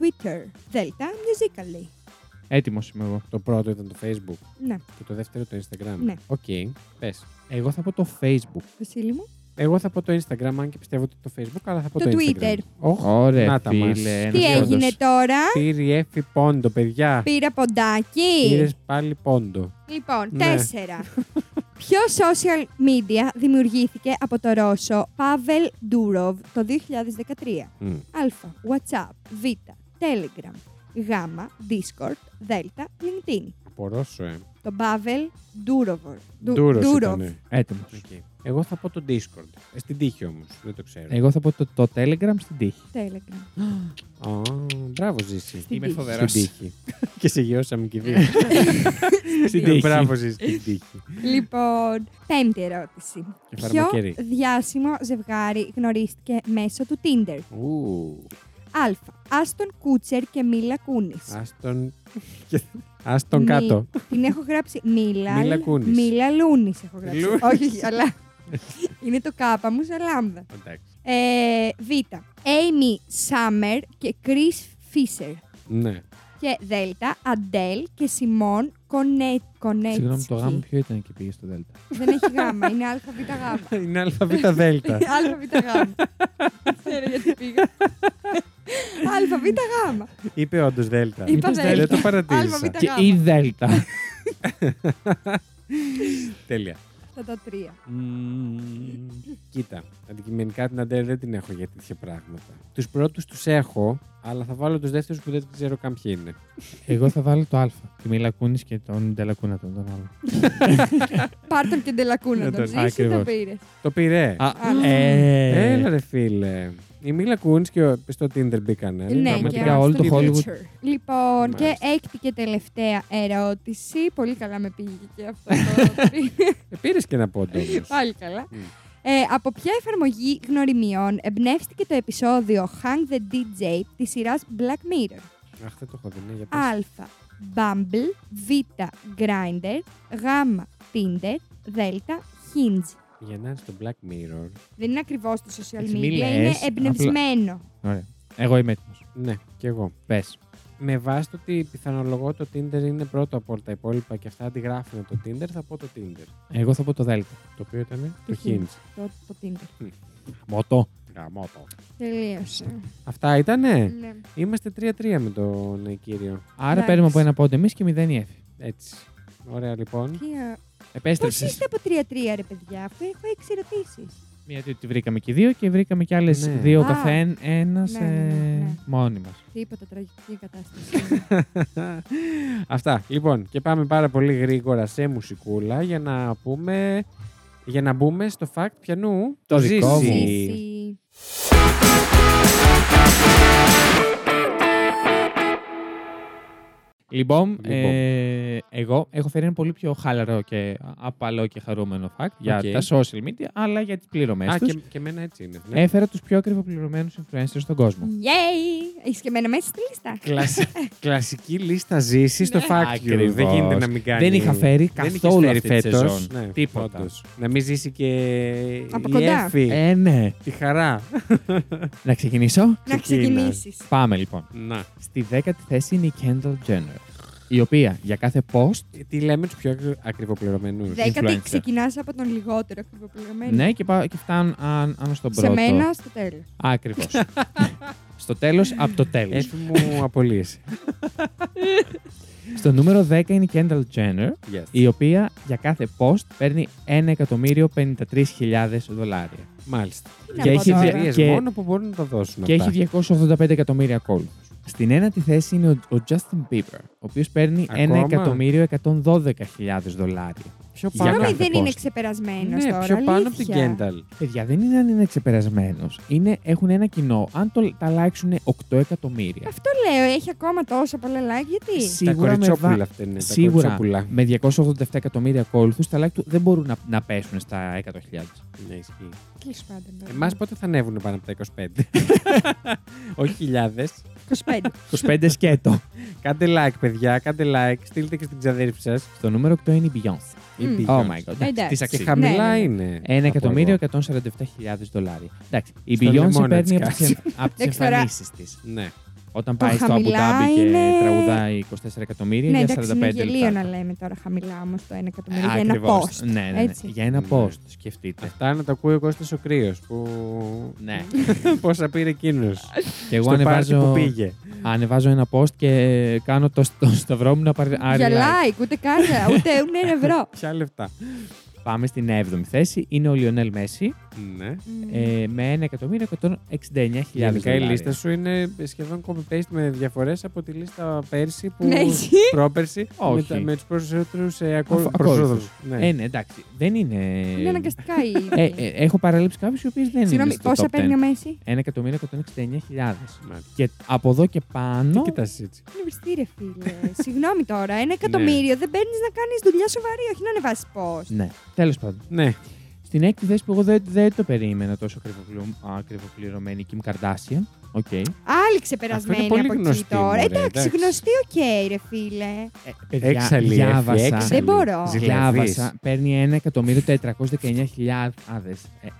[SPEAKER 2] Twitter. Δ. Musical.ly.
[SPEAKER 3] Έτοιμος είμαι εγώ.
[SPEAKER 1] Το πρώτο ήταν το Facebook
[SPEAKER 2] Ναι,
[SPEAKER 1] και το δεύτερο το Instagram.
[SPEAKER 2] Ναι.
[SPEAKER 1] Οκ, πες.
[SPEAKER 3] Εγώ θα πω το Facebook.
[SPEAKER 2] Βασίλη μου.
[SPEAKER 1] Εγώ θα πω το Instagram, αν και πιστεύω ότι το Facebook, αλλά θα πω το,
[SPEAKER 2] Το Twitter.
[SPEAKER 1] Instagram. Οχ,
[SPEAKER 3] Ωραία,
[SPEAKER 1] να τα μας.
[SPEAKER 3] φίλε. ένας
[SPEAKER 2] Τι
[SPEAKER 3] όντως.
[SPEAKER 2] έγινε τώρα,
[SPEAKER 1] Τύρι έφη πόντο, παιδιά.
[SPEAKER 2] πήρα ποντάκι.
[SPEAKER 1] Πήρες πάλι πόντο.
[SPEAKER 2] Λοιπόν,
[SPEAKER 1] Ναι.
[SPEAKER 2] τέσσερα. Ποιο social media δημιουργήθηκε από το Ρώσο Πάβελ Ντούροβ το 2013.
[SPEAKER 1] Μμ.
[SPEAKER 2] Α. WhatsApp. Β. Telegram. Γ. Discord. Δ. LinkedIn.
[SPEAKER 1] Απορώ σου, ε.
[SPEAKER 2] Το Πάβελ Ντούροβ. Ντου-
[SPEAKER 1] Ντούρος ναι.
[SPEAKER 2] Ντούροβ.
[SPEAKER 1] ήτανε.
[SPEAKER 3] Έτοιμος.
[SPEAKER 1] Οκ. Εγώ θα πω το Discord. Ε, στην τύχη όμως, δεν το ξέρω.
[SPEAKER 3] Εγώ θα πω το, το Telegram στην τύχη.
[SPEAKER 2] Telegram.
[SPEAKER 1] Α, μπράβο, Ζήση.
[SPEAKER 2] Στην Είμαι τύχη.
[SPEAKER 4] φοβερός.
[SPEAKER 1] Στην τύχη. και σε γεώσαμε και δύο. Στην
[SPEAKER 3] τύχη.
[SPEAKER 1] Μπράβο, Ζήση. Στην τύχη.
[SPEAKER 2] Λοιπόν, πέμπτη ερώτηση.
[SPEAKER 1] Και
[SPEAKER 2] Ποιο
[SPEAKER 1] φαρμακερή.
[SPEAKER 2] διάσημο ζευγάρι γνωρίστηκε μέσω του Tinder.
[SPEAKER 1] Ου,
[SPEAKER 2] Α. Άστον Κούτσερ και Μίλα Κούνης.
[SPEAKER 1] Άστον. Άστον
[SPEAKER 2] Μι-
[SPEAKER 1] κάτω.
[SPEAKER 2] Την έχω γράψει Μίλα.
[SPEAKER 1] Μίλα Κούνης.
[SPEAKER 2] Μίλα Λούνης έχω γράψει.
[SPEAKER 1] Λούνης.
[SPEAKER 2] Όχι, αλλά είναι το κάπα μου σε λάμδα.
[SPEAKER 1] Εντάξει.
[SPEAKER 2] Ε, β. Amy Summer και Chris Fisher.
[SPEAKER 1] Ναι.
[SPEAKER 2] Και Δ. Αντέλ και Σιμών Κονέ... Κονέτσικη.
[SPEAKER 3] Συγγνώμη, το γάμο ποιο ήταν και πήγε στο Δέλτα.
[SPEAKER 2] Δεν έχει γάμα, είναι α, β, γ.
[SPEAKER 1] Είναι αλφαβήτα δέλτα.
[SPEAKER 2] Α, β, γ. Ξέρω γιατί πήγα. Α, β, γ.
[SPEAKER 1] Είπε όντως δέλτα.
[SPEAKER 2] Είπα
[SPEAKER 1] Δεν
[SPEAKER 2] δέλτα.
[SPEAKER 1] το
[SPEAKER 2] Άλφα,
[SPEAKER 1] παρατήρησα.
[SPEAKER 2] βήτα,
[SPEAKER 3] Και
[SPEAKER 2] γάμα.
[SPEAKER 3] η Δέλτα.
[SPEAKER 1] Τέλεια.
[SPEAKER 2] Αυτά τα τρία.
[SPEAKER 1] Μμμ. Κοίτα, αντικειμενικά την Αντέλ δεν την έχω για τέτοια πράγματα. Τους πρώτους τους έχω, αλλά θα βάλω τους δεύτερους που δεν ξέρω καν ποιοι είναι.
[SPEAKER 3] Εγώ θα βάλω το Α. Τη Μίλα Κούνης και τον Ντελακούνα τον, τον άλλο.
[SPEAKER 2] Πάρτον και ντελακούνα
[SPEAKER 1] Ναι,
[SPEAKER 2] τον
[SPEAKER 1] τον-
[SPEAKER 2] ζήσει,
[SPEAKER 3] ακριβώς.
[SPEAKER 2] τον πήρες.
[SPEAKER 1] Το πήρε.
[SPEAKER 2] Α.
[SPEAKER 3] ε,
[SPEAKER 1] Έλα ρε φίλε. Η Μίλα Κούνς και ο- στο Tinder μπήκανε.
[SPEAKER 2] Ναι,
[SPEAKER 3] Δηλαδή, πραγματικά
[SPEAKER 2] και ο
[SPEAKER 3] όλο το
[SPEAKER 2] Ashton
[SPEAKER 3] Hollywood.
[SPEAKER 2] Kutcher. Λοιπόν, και
[SPEAKER 1] Μάλιστα.
[SPEAKER 2] έκτη και τελευταία ερώτηση. Πολύ καλά με πήγε και αυτό. το-
[SPEAKER 1] Πήρε Ε, και ένα πόντο όμως.
[SPEAKER 2] Πάλι καλά.
[SPEAKER 1] Μμ.
[SPEAKER 2] Ε, από ποια εφαρμογή γνωριμιών εμπνεύστηκε το επεισόδιο Hang the DJ της σειράς Black Mirror.
[SPEAKER 1] Αχ, δεν το έχω δει, ναι, για πες.
[SPEAKER 2] Α. Bumble. Β. Grindr. Γ. Tinder. Δ. Hinge.
[SPEAKER 1] Για να είναι στο Black Mirror.
[SPEAKER 2] Δεν είναι ακριβώς το social media,
[SPEAKER 3] Έτσι, μη λες,
[SPEAKER 2] είναι
[SPEAKER 3] απλά.
[SPEAKER 2] εμπνευσμένο.
[SPEAKER 3] Ωραία. Εγώ είμαι έτοιμος.
[SPEAKER 1] Ναι, κι εγώ.
[SPEAKER 3] Πες.
[SPEAKER 1] Με βάση το ότι πιθανολογώ το Tinder είναι πρώτο από όλα τα υπόλοιπα και αυτά αντιγράφουν το Tinder, θα πω το Tinder.
[SPEAKER 3] Εγώ θα πω το Δέλτα.
[SPEAKER 1] Το οποίο ήταν
[SPEAKER 2] Το
[SPEAKER 1] το Hinge.
[SPEAKER 2] Το, το Tinder.
[SPEAKER 3] Μωτό.
[SPEAKER 1] Γαμώ το.
[SPEAKER 2] Τελείωσε.
[SPEAKER 1] Αυτά
[SPEAKER 3] Ε.
[SPEAKER 1] ήτανε.
[SPEAKER 2] Ναι.
[SPEAKER 1] Είμαστε 3-3 με τον ε, κύριο.
[SPEAKER 3] Άρα
[SPEAKER 2] Εντάξει.
[SPEAKER 3] παίρνουμε από ένα πόντο εμείς και μηδέν η Εφη.
[SPEAKER 1] Έτσι. Ωραία λοιπόν.
[SPEAKER 2] Τι, α, Πώς
[SPEAKER 3] Επέστρεψε.
[SPEAKER 2] είστε από 3-3 ρε παιδιά, αφού έχω 6 ερωτήσεις.
[SPEAKER 3] Μία διότι βρήκαμε και δύο και βρήκαμε και άλλες
[SPEAKER 1] Ναι.
[SPEAKER 3] δύο
[SPEAKER 2] Α.
[SPEAKER 3] καθένα ένας
[SPEAKER 2] Ναι, ναι, ναι, ναι.
[SPEAKER 3] μόνοι μα.
[SPEAKER 2] Τίποτα τραγική κατάσταση.
[SPEAKER 1] Αυτά. Λοιπόν, και πάμε πάρα πολύ γρήγορα σε μουσικούλα για να πούμε. Για να μπούμε στο fact πιανού.
[SPEAKER 3] Το
[SPEAKER 1] του
[SPEAKER 3] δικό
[SPEAKER 1] Ζήση.
[SPEAKER 3] μου.
[SPEAKER 2] Ζήση.
[SPEAKER 3] Λοιπόν,
[SPEAKER 1] Λοιπόν.
[SPEAKER 3] Ε, εγώ έχω φέρει ένα πολύ πιο χαλαρό και απαλό και χαρούμενο fact για
[SPEAKER 1] Οκ.
[SPEAKER 3] τα social media, αλλά για τις πληρωμές
[SPEAKER 1] Α,
[SPEAKER 3] τους.
[SPEAKER 1] και, και εμένα έτσι είναι. Ναι.
[SPEAKER 3] Έφερα τους πιο ακριβοπληρωμένους influencers στον κόσμο.
[SPEAKER 2] Yay! Είσαι και εμένα μέσα στη λίστα.
[SPEAKER 1] Κλασι- κλασική λίστα ζήσης στο fact you.
[SPEAKER 3] Ακριβώς.
[SPEAKER 1] Δεν γίνεται να μην κάνει.
[SPEAKER 3] Ναι. Δεν είχα φέρει
[SPEAKER 1] Δεν είχες
[SPEAKER 3] καθόλου
[SPEAKER 1] φέρει
[SPEAKER 3] αυτή τη
[SPEAKER 1] φέτος.
[SPEAKER 3] σεζόν.
[SPEAKER 1] Ναι,
[SPEAKER 3] Τίποτα.
[SPEAKER 1] όντως. Να μην ζήσει και
[SPEAKER 2] Από
[SPEAKER 1] η
[SPEAKER 2] κοντά.
[SPEAKER 1] Εφη.
[SPEAKER 3] Ε, ναι.
[SPEAKER 1] Τη χαρά.
[SPEAKER 3] Να ξεκινήσω.
[SPEAKER 2] Να
[SPEAKER 1] Ξεκίνα.
[SPEAKER 2] ξεκινήσεις.
[SPEAKER 3] Πάμε λοιπόν.
[SPEAKER 1] Να.
[SPEAKER 3] Στη δέκατη θέση είναι η Kendall Jenner, η οποία για κάθε post,
[SPEAKER 1] Ε, Τι λέμε τους πιο ακρι- ακριβοπληρωμένους.
[SPEAKER 2] Δέκατη
[SPEAKER 3] influencer.
[SPEAKER 2] ξεκινάς από τον λιγότερο ακριβοπληρωμένο.
[SPEAKER 3] ναι, και, πά, και φτάνουν αν, αν στον
[SPEAKER 2] Σε
[SPEAKER 3] πρώτο.
[SPEAKER 2] μένα στο τέλος.
[SPEAKER 3] Ακριβώς. Στο τέλος, από το τέλος.
[SPEAKER 1] Έφη μου απολύεσαι. Ε,
[SPEAKER 3] Στο νούμερο 10 είναι η Kendall Jenner,
[SPEAKER 1] Yes.
[SPEAKER 3] η οποία για κάθε post παίρνει 1.053.000 δολάρια.
[SPEAKER 1] Μάλιστα.
[SPEAKER 2] να
[SPEAKER 3] Και
[SPEAKER 2] πω
[SPEAKER 3] έχει,
[SPEAKER 2] τώρα.
[SPEAKER 3] δια-
[SPEAKER 1] Εταιρείες
[SPEAKER 3] και,
[SPEAKER 1] μόνο που μπορούν να τα δώσουν.
[SPEAKER 3] και
[SPEAKER 1] αυτά.
[SPEAKER 3] έχει 285 εκατομμύρια ακόλουθους. Στην ένατη θέση είναι ο, ο Justin Bieber, ο οποίος παίρνει
[SPEAKER 1] Ακόμα?
[SPEAKER 3] 1.112.000 δολάρια.
[SPEAKER 1] Πιο
[SPEAKER 3] Για
[SPEAKER 1] πάνω.
[SPEAKER 2] Συγγνώμη,
[SPEAKER 3] κάθε
[SPEAKER 2] δεν
[SPEAKER 3] post.
[SPEAKER 2] είναι ξεπερασμένος
[SPEAKER 1] Ναι,
[SPEAKER 2] τώρα.
[SPEAKER 1] πιο πάνω από την
[SPEAKER 2] αλήθεια.
[SPEAKER 1] Κένταλ.
[SPEAKER 3] Παιδιά, δεν είναι αν είναι ξεπερασμένος. Είναι, έχουν ένα κοινό. Αν το, τα αλλάξουν 8 εκατομμύρια.
[SPEAKER 2] Αυτό λέω, έχει ακόμα τόσα πολλά like.
[SPEAKER 1] Τα
[SPEAKER 2] Γιατί.
[SPEAKER 3] με βα-
[SPEAKER 1] κοριτσόπουλα αυτά είναι. Τα
[SPEAKER 3] Σίγουρα
[SPEAKER 1] κοριτσόπουλα.
[SPEAKER 3] με 287 εκατομμύρια ακόλουθους, τα like του δεν μπορούν να, να πέσουν στα 100.000.
[SPEAKER 1] Ναι, ισχύει.
[SPEAKER 2] Τέλο πάντων. τώρα.
[SPEAKER 1] Εμάς πότε θα ανέβουν πάνω από τα 25. Όχι χιλιάδες.
[SPEAKER 2] 25.
[SPEAKER 3] 25 σκέτο.
[SPEAKER 1] Κάντε like, παιδιά. Κάντε like. Στείλτε και στην ξαδέρφη σας.
[SPEAKER 3] Στο νούμερο 8 είναι η Beyoncé.
[SPEAKER 2] Mm.
[SPEAKER 3] Oh my god.
[SPEAKER 2] Εντάξει.
[SPEAKER 3] Της
[SPEAKER 1] Και
[SPEAKER 3] αξίζει.
[SPEAKER 1] χαμηλά
[SPEAKER 2] Ναι, ναι,
[SPEAKER 1] είναι.
[SPEAKER 3] 1.147.000 δολάρια. Εντάξει, η
[SPEAKER 1] Στον
[SPEAKER 3] Beyoncé
[SPEAKER 1] λαιμό να
[SPEAKER 3] παίρνει
[SPEAKER 1] της
[SPEAKER 3] από τις,
[SPEAKER 1] κάτσεις.
[SPEAKER 3] εμ- από τις
[SPEAKER 2] Εντάξει, τώρα.
[SPEAKER 3] εμφανίσεις της.
[SPEAKER 1] Ναι.
[SPEAKER 3] Ο Όταν
[SPEAKER 2] Το
[SPEAKER 3] πάει στο Abu
[SPEAKER 2] χαμηλά
[SPEAKER 3] Dhabi και
[SPEAKER 2] είναι-
[SPEAKER 3] τραγουδάει 24 εκατομμύρια
[SPEAKER 2] Ναι,
[SPEAKER 3] για
[SPEAKER 2] εντάξει,
[SPEAKER 3] 45
[SPEAKER 2] είναι γελίο να
[SPEAKER 3] λεπτά.
[SPEAKER 2] λέμε τώρα χαμηλά όμως το 1 εκατομμύριο για ένα
[SPEAKER 3] Ακριβώς.
[SPEAKER 2] post.
[SPEAKER 3] Ναι, ναι, ναι.
[SPEAKER 2] έτσι.
[SPEAKER 3] Για ένα
[SPEAKER 1] Ναι.
[SPEAKER 3] post, σκεφτείτε.
[SPEAKER 1] Αυτά να τα ακούει ο Κώστας ο Κρύος που...
[SPEAKER 3] Ναι.
[SPEAKER 1] Πόσα πήρε εκείνος.
[SPEAKER 3] Και εγώ
[SPEAKER 1] στο πάρτι που
[SPEAKER 3] ανεβάζω,
[SPEAKER 1] πήγε.
[SPEAKER 3] ανεβάζω ένα post και κάνω το, το σταυρό μου να πάρει άλλη
[SPEAKER 2] Για
[SPEAKER 3] Ναι, like.
[SPEAKER 2] like, ούτε καν, ούτε ούτε ένα ευρώ.
[SPEAKER 1] Ποια λεφτά.
[SPEAKER 3] Πάμε στην 7η θέση. Είναι ο Λιονέλ Μέση
[SPEAKER 1] Ναι.
[SPEAKER 3] ε, με 1.169.000
[SPEAKER 1] Γενικά η
[SPEAKER 3] δολάρια.
[SPEAKER 1] λίστα σου είναι σχεδόν copy-paste με διαφορές από τη λίστα πέρσι που.
[SPEAKER 2] Ναι, ισχύει.
[SPEAKER 1] πρόπερσι.
[SPEAKER 3] Όχι.
[SPEAKER 1] Με, τα- με τους περισσότερου ε, ακο...
[SPEAKER 3] Αφ-
[SPEAKER 1] προσόδους. Ναι.
[SPEAKER 3] Ε, ναι, εντάξει. Δεν είναι.
[SPEAKER 2] Είναι αναγκαστικά η.
[SPEAKER 3] Ε, ε, έχω παραλείψει κάποιους οι οποίε δεν είναι.
[SPEAKER 2] Συγγνώμη,
[SPEAKER 3] στο
[SPEAKER 2] πόσα
[SPEAKER 3] top 10.
[SPEAKER 2] παίρνει ο Μέση.
[SPEAKER 3] 1.169.000.
[SPEAKER 1] Μάλιστα.
[SPEAKER 3] Και από εδώ και
[SPEAKER 1] Τι
[SPEAKER 3] πάνω.
[SPEAKER 1] κοιτάς έτσι.
[SPEAKER 2] Είναι βριστή, ρε φίλε. Συγγνώμη τώρα, ένα εκατομμύριο δεν παίρνεις να κάνεις δουλειά σοβαρή, όχι να ανεβάσεις πώ.
[SPEAKER 3] Ναι, τέλος πάντων.
[SPEAKER 1] Ναι.
[SPEAKER 3] Στην έκτη θέση που εγώ δεν, δεν το περίμενα τόσο ακριβοκλου- α, ακριβοκληρωμένη, η Kim Kardashian. Οκ. Ε,
[SPEAKER 2] Άλλη
[SPEAKER 1] Αυτό
[SPEAKER 2] ξεπερασμένη
[SPEAKER 1] είναι πολύ
[SPEAKER 2] από εκεί
[SPEAKER 1] γνωστή, μωρέ,
[SPEAKER 2] τώρα.
[SPEAKER 1] εντάξει.
[SPEAKER 2] Εντάξει, γνωστή, οκ, ρε φίλε.
[SPEAKER 3] Ε,
[SPEAKER 1] Έξαλλη, έφη,
[SPEAKER 3] διάβασα-
[SPEAKER 1] έξαλλη.
[SPEAKER 2] Δεν μπορώ.
[SPEAKER 1] Ζηλιαδής.
[SPEAKER 3] Διάβασα, παίρνει 1.419.000.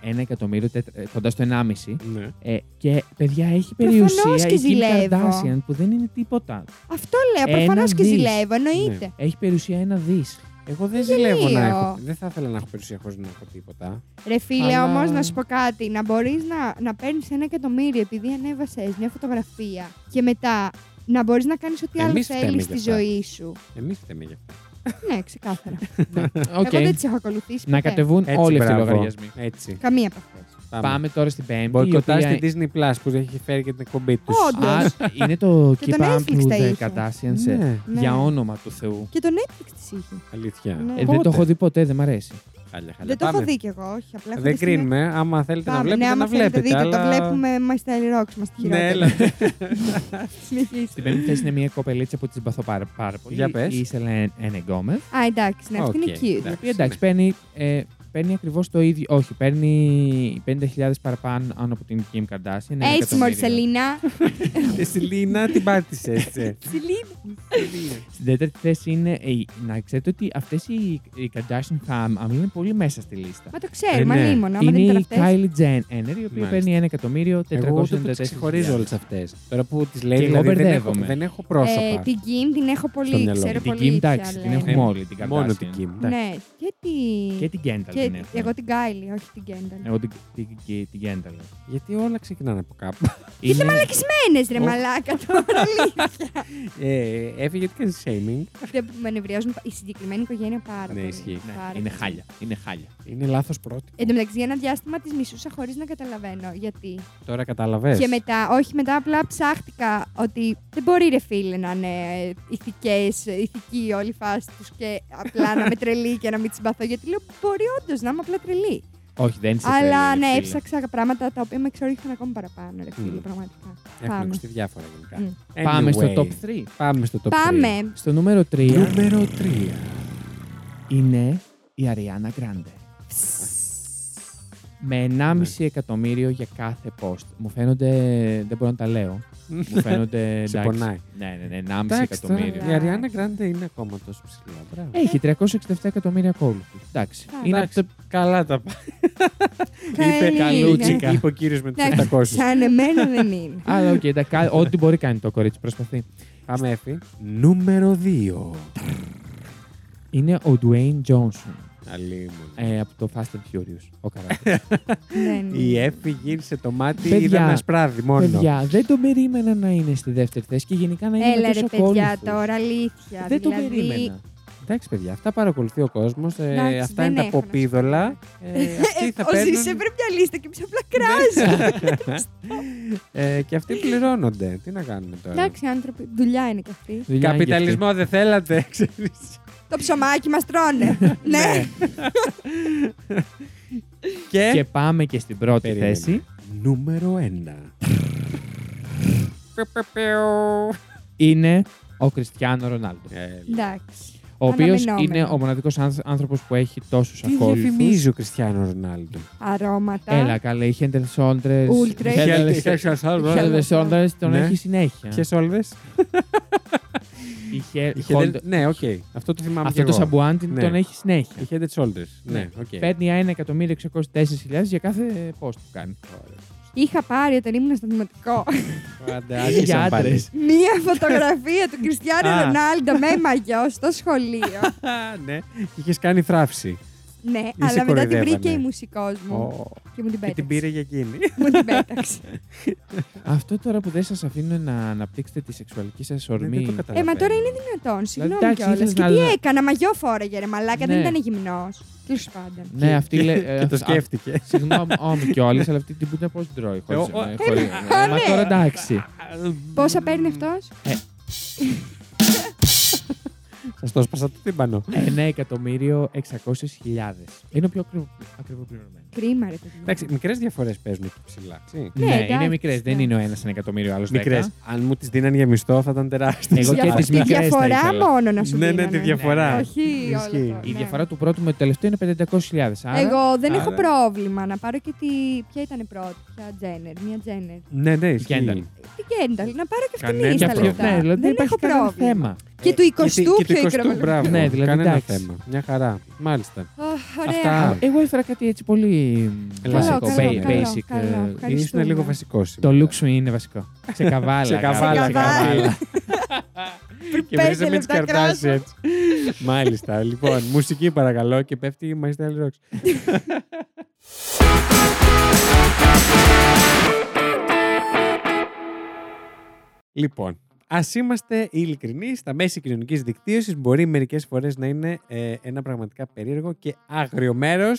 [SPEAKER 3] Ένα εκατομμύριο, τετρα- ε, κοντά στο 1,5.
[SPEAKER 1] Ναι.
[SPEAKER 3] Ε, και παιδιά έχει
[SPEAKER 2] Προφανώς
[SPEAKER 3] περιουσία
[SPEAKER 2] και
[SPEAKER 3] η Kim
[SPEAKER 2] ζηλεύω.
[SPEAKER 3] Kardashian που δεν είναι τίποτα.
[SPEAKER 2] Αυτό λέω,
[SPEAKER 3] Ένα
[SPEAKER 2] προφανώ και
[SPEAKER 3] δις.
[SPEAKER 2] ζηλεύω, εννοείται.
[SPEAKER 3] Έχει περιουσία ένα δις.
[SPEAKER 1] Εγώ δεν ζηλεύω να
[SPEAKER 2] Γελίο.
[SPEAKER 1] έχω. Δεν θα ήθελα να έχω περιουσία χωρί να έχω τίποτα.
[SPEAKER 2] Ρε φίλε,
[SPEAKER 3] Αλλά-
[SPEAKER 2] όμως να σου πω κάτι. Να μπορείς να, να παίρνεις ένα εκατομμύριο επειδή ανέβασες μια φωτογραφία και μετά να μπορείς να κάνεις ό,τι άλλο
[SPEAKER 1] Εμείς φταίμε
[SPEAKER 2] θέλεις
[SPEAKER 1] γι'
[SPEAKER 2] στη
[SPEAKER 1] αυτά.
[SPEAKER 2] ζωή σου.
[SPEAKER 1] Εμείς φταίμε γι' αυτό.
[SPEAKER 2] ναι, ξεκάθαρα.
[SPEAKER 3] Οκ.
[SPEAKER 2] Εγώ δεν τις έχω ακολουθήσει.
[SPEAKER 3] Να
[SPEAKER 2] ποτέ.
[SPEAKER 3] κατεβούν
[SPEAKER 1] Έτσι,
[SPEAKER 3] όλοι αυτοί οι
[SPEAKER 1] μπράβο.
[SPEAKER 3] λογαριασμοί.
[SPEAKER 1] Έτσι.
[SPEAKER 2] Καμία από αυτές.
[SPEAKER 1] Πάμε.
[SPEAKER 3] Πάμε τώρα στην Πέμπτη. η
[SPEAKER 1] Μποϊκοτά
[SPEAKER 3] οποία-
[SPEAKER 1] στη Disney Plus που έχει φέρει και την εκπομπή του.
[SPEAKER 2] Όντως.
[SPEAKER 3] Ας, είναι το
[SPEAKER 2] Και το
[SPEAKER 3] Keep Up
[SPEAKER 2] Netflix
[SPEAKER 3] with
[SPEAKER 2] τα
[SPEAKER 3] the
[SPEAKER 2] είχε.
[SPEAKER 3] Kardashians. ε,
[SPEAKER 1] Ναι.
[SPEAKER 2] Ναι.
[SPEAKER 3] Για όνομα του Θεού.
[SPEAKER 2] Και το Netflix της είχε.
[SPEAKER 1] Αλήθεια.
[SPEAKER 2] Ναι.
[SPEAKER 3] Ε, δεν το
[SPEAKER 1] Πότε?
[SPEAKER 3] έχω δει ποτέ, δεν μ' αρέσει.
[SPEAKER 1] Χάλια, χάλια.
[SPEAKER 2] Δεν το έχω
[SPEAKER 1] Πάμε.
[SPEAKER 2] δει κι εγώ, όχι. Απλά έχω
[SPEAKER 1] Δεν
[SPEAKER 2] δει στην
[SPEAKER 1] κρίνουμε. Άμα θέλετε να
[SPEAKER 2] Πάμε, ναι,
[SPEAKER 1] βλέπετε, να
[SPEAKER 2] άμα θέλετε
[SPEAKER 1] βλέπετε.
[SPEAKER 2] δείτε, το
[SPEAKER 1] αλλά-
[SPEAKER 2] βλέπουμε My Style Rocks μας τη χειρότερη.
[SPEAKER 1] Ναι, έλα.
[SPEAKER 3] Στην
[SPEAKER 2] Συνεχίστε.
[SPEAKER 3] πέμπτη θέση είναι μια κοπελίτσα που της συμπαθώ πάρα, πάρα πολύ.
[SPEAKER 1] Για πες.
[SPEAKER 3] Η Σελέν Ενεγκόμεθ.
[SPEAKER 2] Α, εντάξει, ναι, αυτή είναι
[SPEAKER 1] Οκ,
[SPEAKER 2] cute.
[SPEAKER 1] εντάξει.
[SPEAKER 3] Η οποία εντάξει παίρνει, ε, παίρνει ακριβώς το ίδιο. Όχι, παίρνει 50.000 παραπάνω άνω από την Kim Kardashian.
[SPEAKER 1] Ναι,
[SPEAKER 3] ένα
[SPEAKER 2] Έτσι, μόλις
[SPEAKER 3] εκατομμύριο.
[SPEAKER 2] Σελίνα.
[SPEAKER 1] Τη Σιλίνα την πάτησε έτσι.
[SPEAKER 2] Σελίνα.
[SPEAKER 3] Στην τέταρτη θέση είναι. ε, να ξέρετε ότι αυτές οι, οι Kardashian Family είναι πολύ μέσα στη λίστα.
[SPEAKER 2] Μα το
[SPEAKER 1] Ε,
[SPEAKER 2] ξέρουμε,
[SPEAKER 1] ναι.
[SPEAKER 2] αλίμονο. άμα
[SPEAKER 3] είναι
[SPEAKER 2] δεν ήταν αυτές.
[SPEAKER 3] η Kylie Jenner, η οποία
[SPEAKER 1] Μάλιστα.
[SPEAKER 3] παίρνει 1.494.000.
[SPEAKER 1] Εγώ ούτε που τις ξεχωρίζω όλες αυτές. Τώρα που τις λέει,
[SPEAKER 3] Και εγώ
[SPEAKER 1] δηλαδή, δεν, έχω,
[SPEAKER 3] μπερδεύομαι.
[SPEAKER 1] δεν έχω
[SPEAKER 2] Ε,
[SPEAKER 1] πρόσωπα.
[SPEAKER 2] Την Kim την έχω
[SPEAKER 1] Στο
[SPEAKER 2] πολύ,
[SPEAKER 1] μυαλό
[SPEAKER 2] ξέρω
[SPEAKER 1] μου.
[SPEAKER 3] Την
[SPEAKER 2] πολύ.
[SPEAKER 3] Kim,
[SPEAKER 2] ποια
[SPEAKER 3] εντάξει, την
[SPEAKER 2] λένε.
[SPEAKER 3] έχουμε όλοι την Kardashian.
[SPEAKER 1] Ε, Μόνο την Kim. εντάξει.
[SPEAKER 2] Ναι, και
[SPEAKER 3] Και
[SPEAKER 2] την.
[SPEAKER 3] την Kendall
[SPEAKER 2] και-
[SPEAKER 3] την έχουμε.
[SPEAKER 1] ναι,
[SPEAKER 2] Εγώ την Kylie, όχι την Kendall.
[SPEAKER 1] Ε,
[SPEAKER 3] Εγώ την, την, την, την Kendall.
[SPEAKER 1] Γιατί όλα ξεκινάνε από κάπου.
[SPEAKER 3] Είναι-
[SPEAKER 2] Μαλακισμένες ρε
[SPEAKER 1] Ω.
[SPEAKER 2] μαλάκα τώρα, αλήθεια.
[SPEAKER 1] ε, έφυγε και τη shaming.
[SPEAKER 2] Δεν με ενευριάζουν η συγκεκριμένη οικογένεια
[SPEAKER 1] Ναι,
[SPEAKER 2] πάρα πολύ.
[SPEAKER 1] ισχύει.
[SPEAKER 3] Ναι,
[SPEAKER 2] Πάρα
[SPEAKER 3] είναι
[SPEAKER 2] πολύ.
[SPEAKER 3] χάλια. Είναι χάλια.
[SPEAKER 1] Είναι λάθος πρώτη.
[SPEAKER 2] Εν τω μεταξύ, για ένα διάστημα τη μισούσα χωρίς να καταλαβαίνω γιατί.
[SPEAKER 1] Τώρα κατάλαβες.
[SPEAKER 2] Και μετά, όχι, μετά απλά ψάχτηκα ότι δεν μπορεί ρε φίλε να είναι ε, ηθικές, ε, ηθική όλη η φάση τους και απλά να με τρελεί και να μην τη συμπαθώ. Γιατί λέω, μπορεί όντως να είμαι απλά τρελή.
[SPEAKER 3] Όχι, δεν είσαι
[SPEAKER 2] Αλλά
[SPEAKER 3] τρελή,
[SPEAKER 2] ναι,
[SPEAKER 3] φίλε.
[SPEAKER 2] έψαξα πράγματα τα οποία με εξορίχθηκαν ακόμα παραπάνω, ρε φίλε,
[SPEAKER 1] Mm.
[SPEAKER 2] πραγματικά.
[SPEAKER 1] Έχουν
[SPEAKER 2] Πάμε.
[SPEAKER 1] ακουστεί διάφορα γενικά.
[SPEAKER 2] Mm.
[SPEAKER 1] Anyway,
[SPEAKER 3] Πάμε στο top 3.
[SPEAKER 1] Πάμε στο top
[SPEAKER 2] Πάμε.
[SPEAKER 1] 3.
[SPEAKER 3] Στο νούμερο 3
[SPEAKER 1] Νούμερο 3.
[SPEAKER 3] είναι η Ariana Grande. Με
[SPEAKER 1] Ναι.
[SPEAKER 3] 1,5 εκατομμύριο για κάθε post. Μου φαίνονται. Δεν μπορώ να τα λέω. Μου φαίνονται.
[SPEAKER 1] Σε
[SPEAKER 3] εντάξει.
[SPEAKER 1] πονάει.
[SPEAKER 3] Ναι, ναι, ναι, 1,5
[SPEAKER 1] Εντάξει, τώρα, η
[SPEAKER 3] εκατομμύριο.
[SPEAKER 2] Αλλά-
[SPEAKER 1] Ariana Grande είναι ακόμα τόσο ψηλά. Μπράβο.
[SPEAKER 3] Έχει 367 εκατομμύρια ακόλουθου. Εντάξει.
[SPEAKER 2] Ε, Εντάξει.
[SPEAKER 3] Είναι από τα-
[SPEAKER 1] Καλά τα πάει.
[SPEAKER 2] Καλή
[SPEAKER 3] καλούτσικα.
[SPEAKER 2] είναι.
[SPEAKER 1] Είπε ο κύριος με τους
[SPEAKER 2] Εντάξει,
[SPEAKER 1] 700.
[SPEAKER 2] Σαν εμένα δεν είναι.
[SPEAKER 3] Αλλά οκ, τα κα- ό,τι μπορεί κάνει το κορίτσι, προσπαθεί.
[SPEAKER 1] Πάμε, έφη. Νούμερο 2.
[SPEAKER 3] Είναι ο Dwayne Johnson
[SPEAKER 1] Αλίμονο.
[SPEAKER 3] ε, από το Fast and Furious. Ο καράτη.
[SPEAKER 2] Δεν
[SPEAKER 1] Η
[SPEAKER 2] είναι.
[SPEAKER 1] Εφη γύρισε το μάτι,
[SPEAKER 3] Παιδιά,
[SPEAKER 1] είδα ένα σπράδι μόνο.
[SPEAKER 3] Παιδιά, δεν τον περίμενα να είναι στη δεύτερη θέση και γενικά να είναι
[SPEAKER 2] Έλα ρε
[SPEAKER 3] τόσο
[SPEAKER 2] παιδιά
[SPEAKER 3] ακόλουθος.
[SPEAKER 2] τώρα, αλήθεια.
[SPEAKER 3] Δεν τον
[SPEAKER 2] δηλαδή,
[SPEAKER 3] περίμενα.
[SPEAKER 1] Εντάξει, παιδιά, αυτά παρακολουθεί ο κόσμος.
[SPEAKER 2] Εντάξει,
[SPEAKER 1] αυτά
[SPEAKER 2] δεν
[SPEAKER 1] είναι τα
[SPEAKER 2] έχω να σου πω.
[SPEAKER 1] ποπίδωλα. Ε, αυτοί θα
[SPEAKER 2] Ο Ζης
[SPEAKER 1] παίρνουν.
[SPEAKER 2] έπρεπε μια λίστα και ψαπλά κράζει.
[SPEAKER 1] ε, και αυτοί πληρώνονται. Τι να κάνουμε τώρα.
[SPEAKER 2] Εντάξει, άνθρωποι, δουλειά είναι και αυτή.
[SPEAKER 3] Δουλειά είναι και αυτή.
[SPEAKER 1] Καπιταλισμό δεν θέλατε, ξέρεις.
[SPEAKER 2] Το ψωμάκι μας τρώνε. ναι.
[SPEAKER 1] Και,
[SPEAKER 3] ε. Και πάμε και στην πρώτη
[SPEAKER 1] Περίμενε.
[SPEAKER 3] θέση.
[SPEAKER 1] νούμερο 1.
[SPEAKER 3] Είναι ο Κριστιανό
[SPEAKER 1] Ε.
[SPEAKER 3] Ρονάλντο.
[SPEAKER 2] Εντάξει.
[SPEAKER 3] Ο οποίος
[SPEAKER 2] Αναμενόμενο.
[SPEAKER 3] είναι ο μοναδικός άνθρωπος που έχει τόσους
[SPEAKER 1] Τι
[SPEAKER 3] ακόλουθου.
[SPEAKER 1] διαφημίζει ο Κριστιανό Ρονάλντο.
[SPEAKER 2] Αρώματα.
[SPEAKER 3] Έλα, καλέ, η Χέντελ Σόντρε.
[SPEAKER 2] Ούλτρες.
[SPEAKER 3] Χέντελ Σόντρε τον
[SPEAKER 1] Ναι.
[SPEAKER 3] έχει συνέχεια.
[SPEAKER 1] Ποιε όλδε.
[SPEAKER 3] Η Χε- Χόντ-
[SPEAKER 1] Ναι, οκ. Αυτό το θυμάμαι και
[SPEAKER 3] Αυτό
[SPEAKER 1] εγώ.
[SPEAKER 3] το σαμπουάν την-
[SPEAKER 1] Ναι.
[SPEAKER 3] τον έχει συνέχεια.
[SPEAKER 1] Η Head and Shoulders. Ναι, οκ.
[SPEAKER 3] Παίρνει 1.604.000 για κάθε post που κάνει.
[SPEAKER 2] Είχα πάρει όταν ήμουν στο δημοτικό
[SPEAKER 1] Φαντάζεσαι
[SPEAKER 3] Για
[SPEAKER 1] σαν
[SPEAKER 3] άντρες.
[SPEAKER 1] πάρεις.
[SPEAKER 2] μία φωτογραφία του Κριστιανού
[SPEAKER 1] Α.
[SPEAKER 2] Ρονάλντο με μαγιό στο σχολείο.
[SPEAKER 1] Α, ναι. Είχες κάνει θράψη. σε
[SPEAKER 2] ναι, αλλά μετά την
[SPEAKER 1] κοροϊδεύανε.
[SPEAKER 2] βρήκε η μουσικός μου
[SPEAKER 1] Ω,
[SPEAKER 2] και μου την
[SPEAKER 1] Και την
[SPEAKER 2] πέταξε.
[SPEAKER 1] πήρε για εκείνη.
[SPEAKER 2] Μου την πέταξε.
[SPEAKER 3] Αυτό τώρα που δεν σας αφήνουν να αναπτύξετε τη σεξουαλική σας
[SPEAKER 1] Ναι, δεν
[SPEAKER 3] ορμή.
[SPEAKER 1] το
[SPEAKER 2] ε, μα
[SPEAKER 1] καταλαβαίνω.
[SPEAKER 2] τώρα είναι δυνατόν, συγγνώμη
[SPEAKER 3] εντάξει,
[SPEAKER 2] κιόλας.
[SPEAKER 3] ήθελες
[SPEAKER 2] Και τι
[SPEAKER 3] να-
[SPEAKER 2] έκανα, μαγιό φόραγε ρε μαλάκα, δεν
[SPEAKER 3] Ναι.
[SPEAKER 2] ήταν γυμνό. Τέλος πάντων.
[SPEAKER 3] ναι, αυτή λέει.
[SPEAKER 1] Και το σκέφτηκε.
[SPEAKER 3] Συγγνώμη, όμοι κιόλας, αλλά αυτή την πουτνα πώς την τρώει. χωρίς-
[SPEAKER 1] Ε, ο-
[SPEAKER 3] ε, χωρίς- ε, Μα
[SPEAKER 2] ναι.
[SPEAKER 3] τώρα εντάξει.
[SPEAKER 2] Πόσα παίρνει αυτός,
[SPEAKER 1] Σας το σπάσα το τύμπανο.
[SPEAKER 3] 1.600.000. Είναι ο πιο ακριβο- ακριβοπληρωμένος.
[SPEAKER 2] κρίμα ρε παιδιά.
[SPEAKER 1] Εντάξει, μικρές διαφορές παίζουν και ψηλά.
[SPEAKER 2] Ναι,
[SPEAKER 3] είναι
[SPEAKER 2] εντάξει,
[SPEAKER 3] μικρές. Δεν
[SPEAKER 2] ναι.
[SPEAKER 3] είναι ο ένας ένα εκατομμύριο, άλλος
[SPEAKER 1] Μικρές. Αν μου τις δίναν για μισθό θα ήταν τεράστιες.
[SPEAKER 3] Εγώ και
[SPEAKER 2] Διαφο-
[SPEAKER 3] τις
[SPEAKER 2] τη
[SPEAKER 3] μικρές θα
[SPEAKER 2] διαφορά
[SPEAKER 3] ήθελα.
[SPEAKER 2] μόνο να σου
[SPEAKER 1] Ναι, ναι,
[SPEAKER 2] δίνανε.
[SPEAKER 1] τη διαφορά.
[SPEAKER 3] Ναι,
[SPEAKER 2] Όχι, όλο
[SPEAKER 1] Ισχύει.
[SPEAKER 2] το,
[SPEAKER 3] Η
[SPEAKER 2] ναι.
[SPEAKER 3] διαφορά του πρώτου με το τελευταίο είναι 500.000. Άρα
[SPEAKER 2] Εγώ δεν έχω
[SPEAKER 1] Άρα.
[SPEAKER 2] πρόβλημα να πάρω και τη. Ποια ήταν η πρώτη, ποια Τζένερ, μια Τζένερ.
[SPEAKER 1] Ναι, ναι, ισχύει.
[SPEAKER 3] Κένταλ.
[SPEAKER 2] Την Κένταλ, να πάρω και αυτήν
[SPEAKER 1] Κανένα
[SPEAKER 2] ίσα
[SPEAKER 1] πιο-
[SPEAKER 2] λεφτά.
[SPEAKER 1] ναι,
[SPEAKER 3] δηλαδή δεν
[SPEAKER 2] δεν
[SPEAKER 3] υπάρχει
[SPEAKER 2] έχω
[SPEAKER 3] κανένα
[SPEAKER 2] πρόβλημα.
[SPEAKER 3] θέμα.
[SPEAKER 2] Και του 20
[SPEAKER 1] Και του- και
[SPEAKER 2] πιο
[SPEAKER 1] του 20ου,
[SPEAKER 2] ικρό.
[SPEAKER 1] Μπράβο.
[SPEAKER 3] Ναι, δηλαδή,
[SPEAKER 1] Κανένα
[SPEAKER 3] εντάξει.
[SPEAKER 1] θέμα. Μια χαρά. Μάλιστα.
[SPEAKER 2] Αχ,
[SPEAKER 1] Αυτά.
[SPEAKER 2] Ωραία.
[SPEAKER 1] Α.
[SPEAKER 3] Εγώ έφερα κάτι έτσι πολύ
[SPEAKER 1] Καλό,
[SPEAKER 3] βασικό,
[SPEAKER 1] καλό,
[SPEAKER 3] ba-
[SPEAKER 1] καλό,
[SPEAKER 3] basic.
[SPEAKER 2] καλό.
[SPEAKER 3] ε,
[SPEAKER 2] Ευχαριστώ.
[SPEAKER 1] Ήσουν
[SPEAKER 2] Ευχαριστούμε.
[SPEAKER 1] λίγο βασικό.
[SPEAKER 3] Το look σου είναι βασικό. Σε καβάλα.
[SPEAKER 1] Σε καβάλα.
[SPEAKER 3] καβάλα,
[SPEAKER 1] σε
[SPEAKER 2] καβάλα.
[SPEAKER 1] καβάλα. Και
[SPEAKER 2] πέντε
[SPEAKER 1] βρίζαμε τις
[SPEAKER 2] λεπτά
[SPEAKER 1] καρτάσεις
[SPEAKER 2] κράζω.
[SPEAKER 1] έτσι. Μάλιστα. Λοιπόν, μουσική παρακαλώ και πέφτει η Μαϊστέλ Ροξ. Λοιπόν, ας είμαστε ειλικρινεί, τα μέσα κοινωνικής δικτύωσης μπορεί μερικές φορές να είναι ε, ένα πραγματικά περίεργο και άγριο μέρος.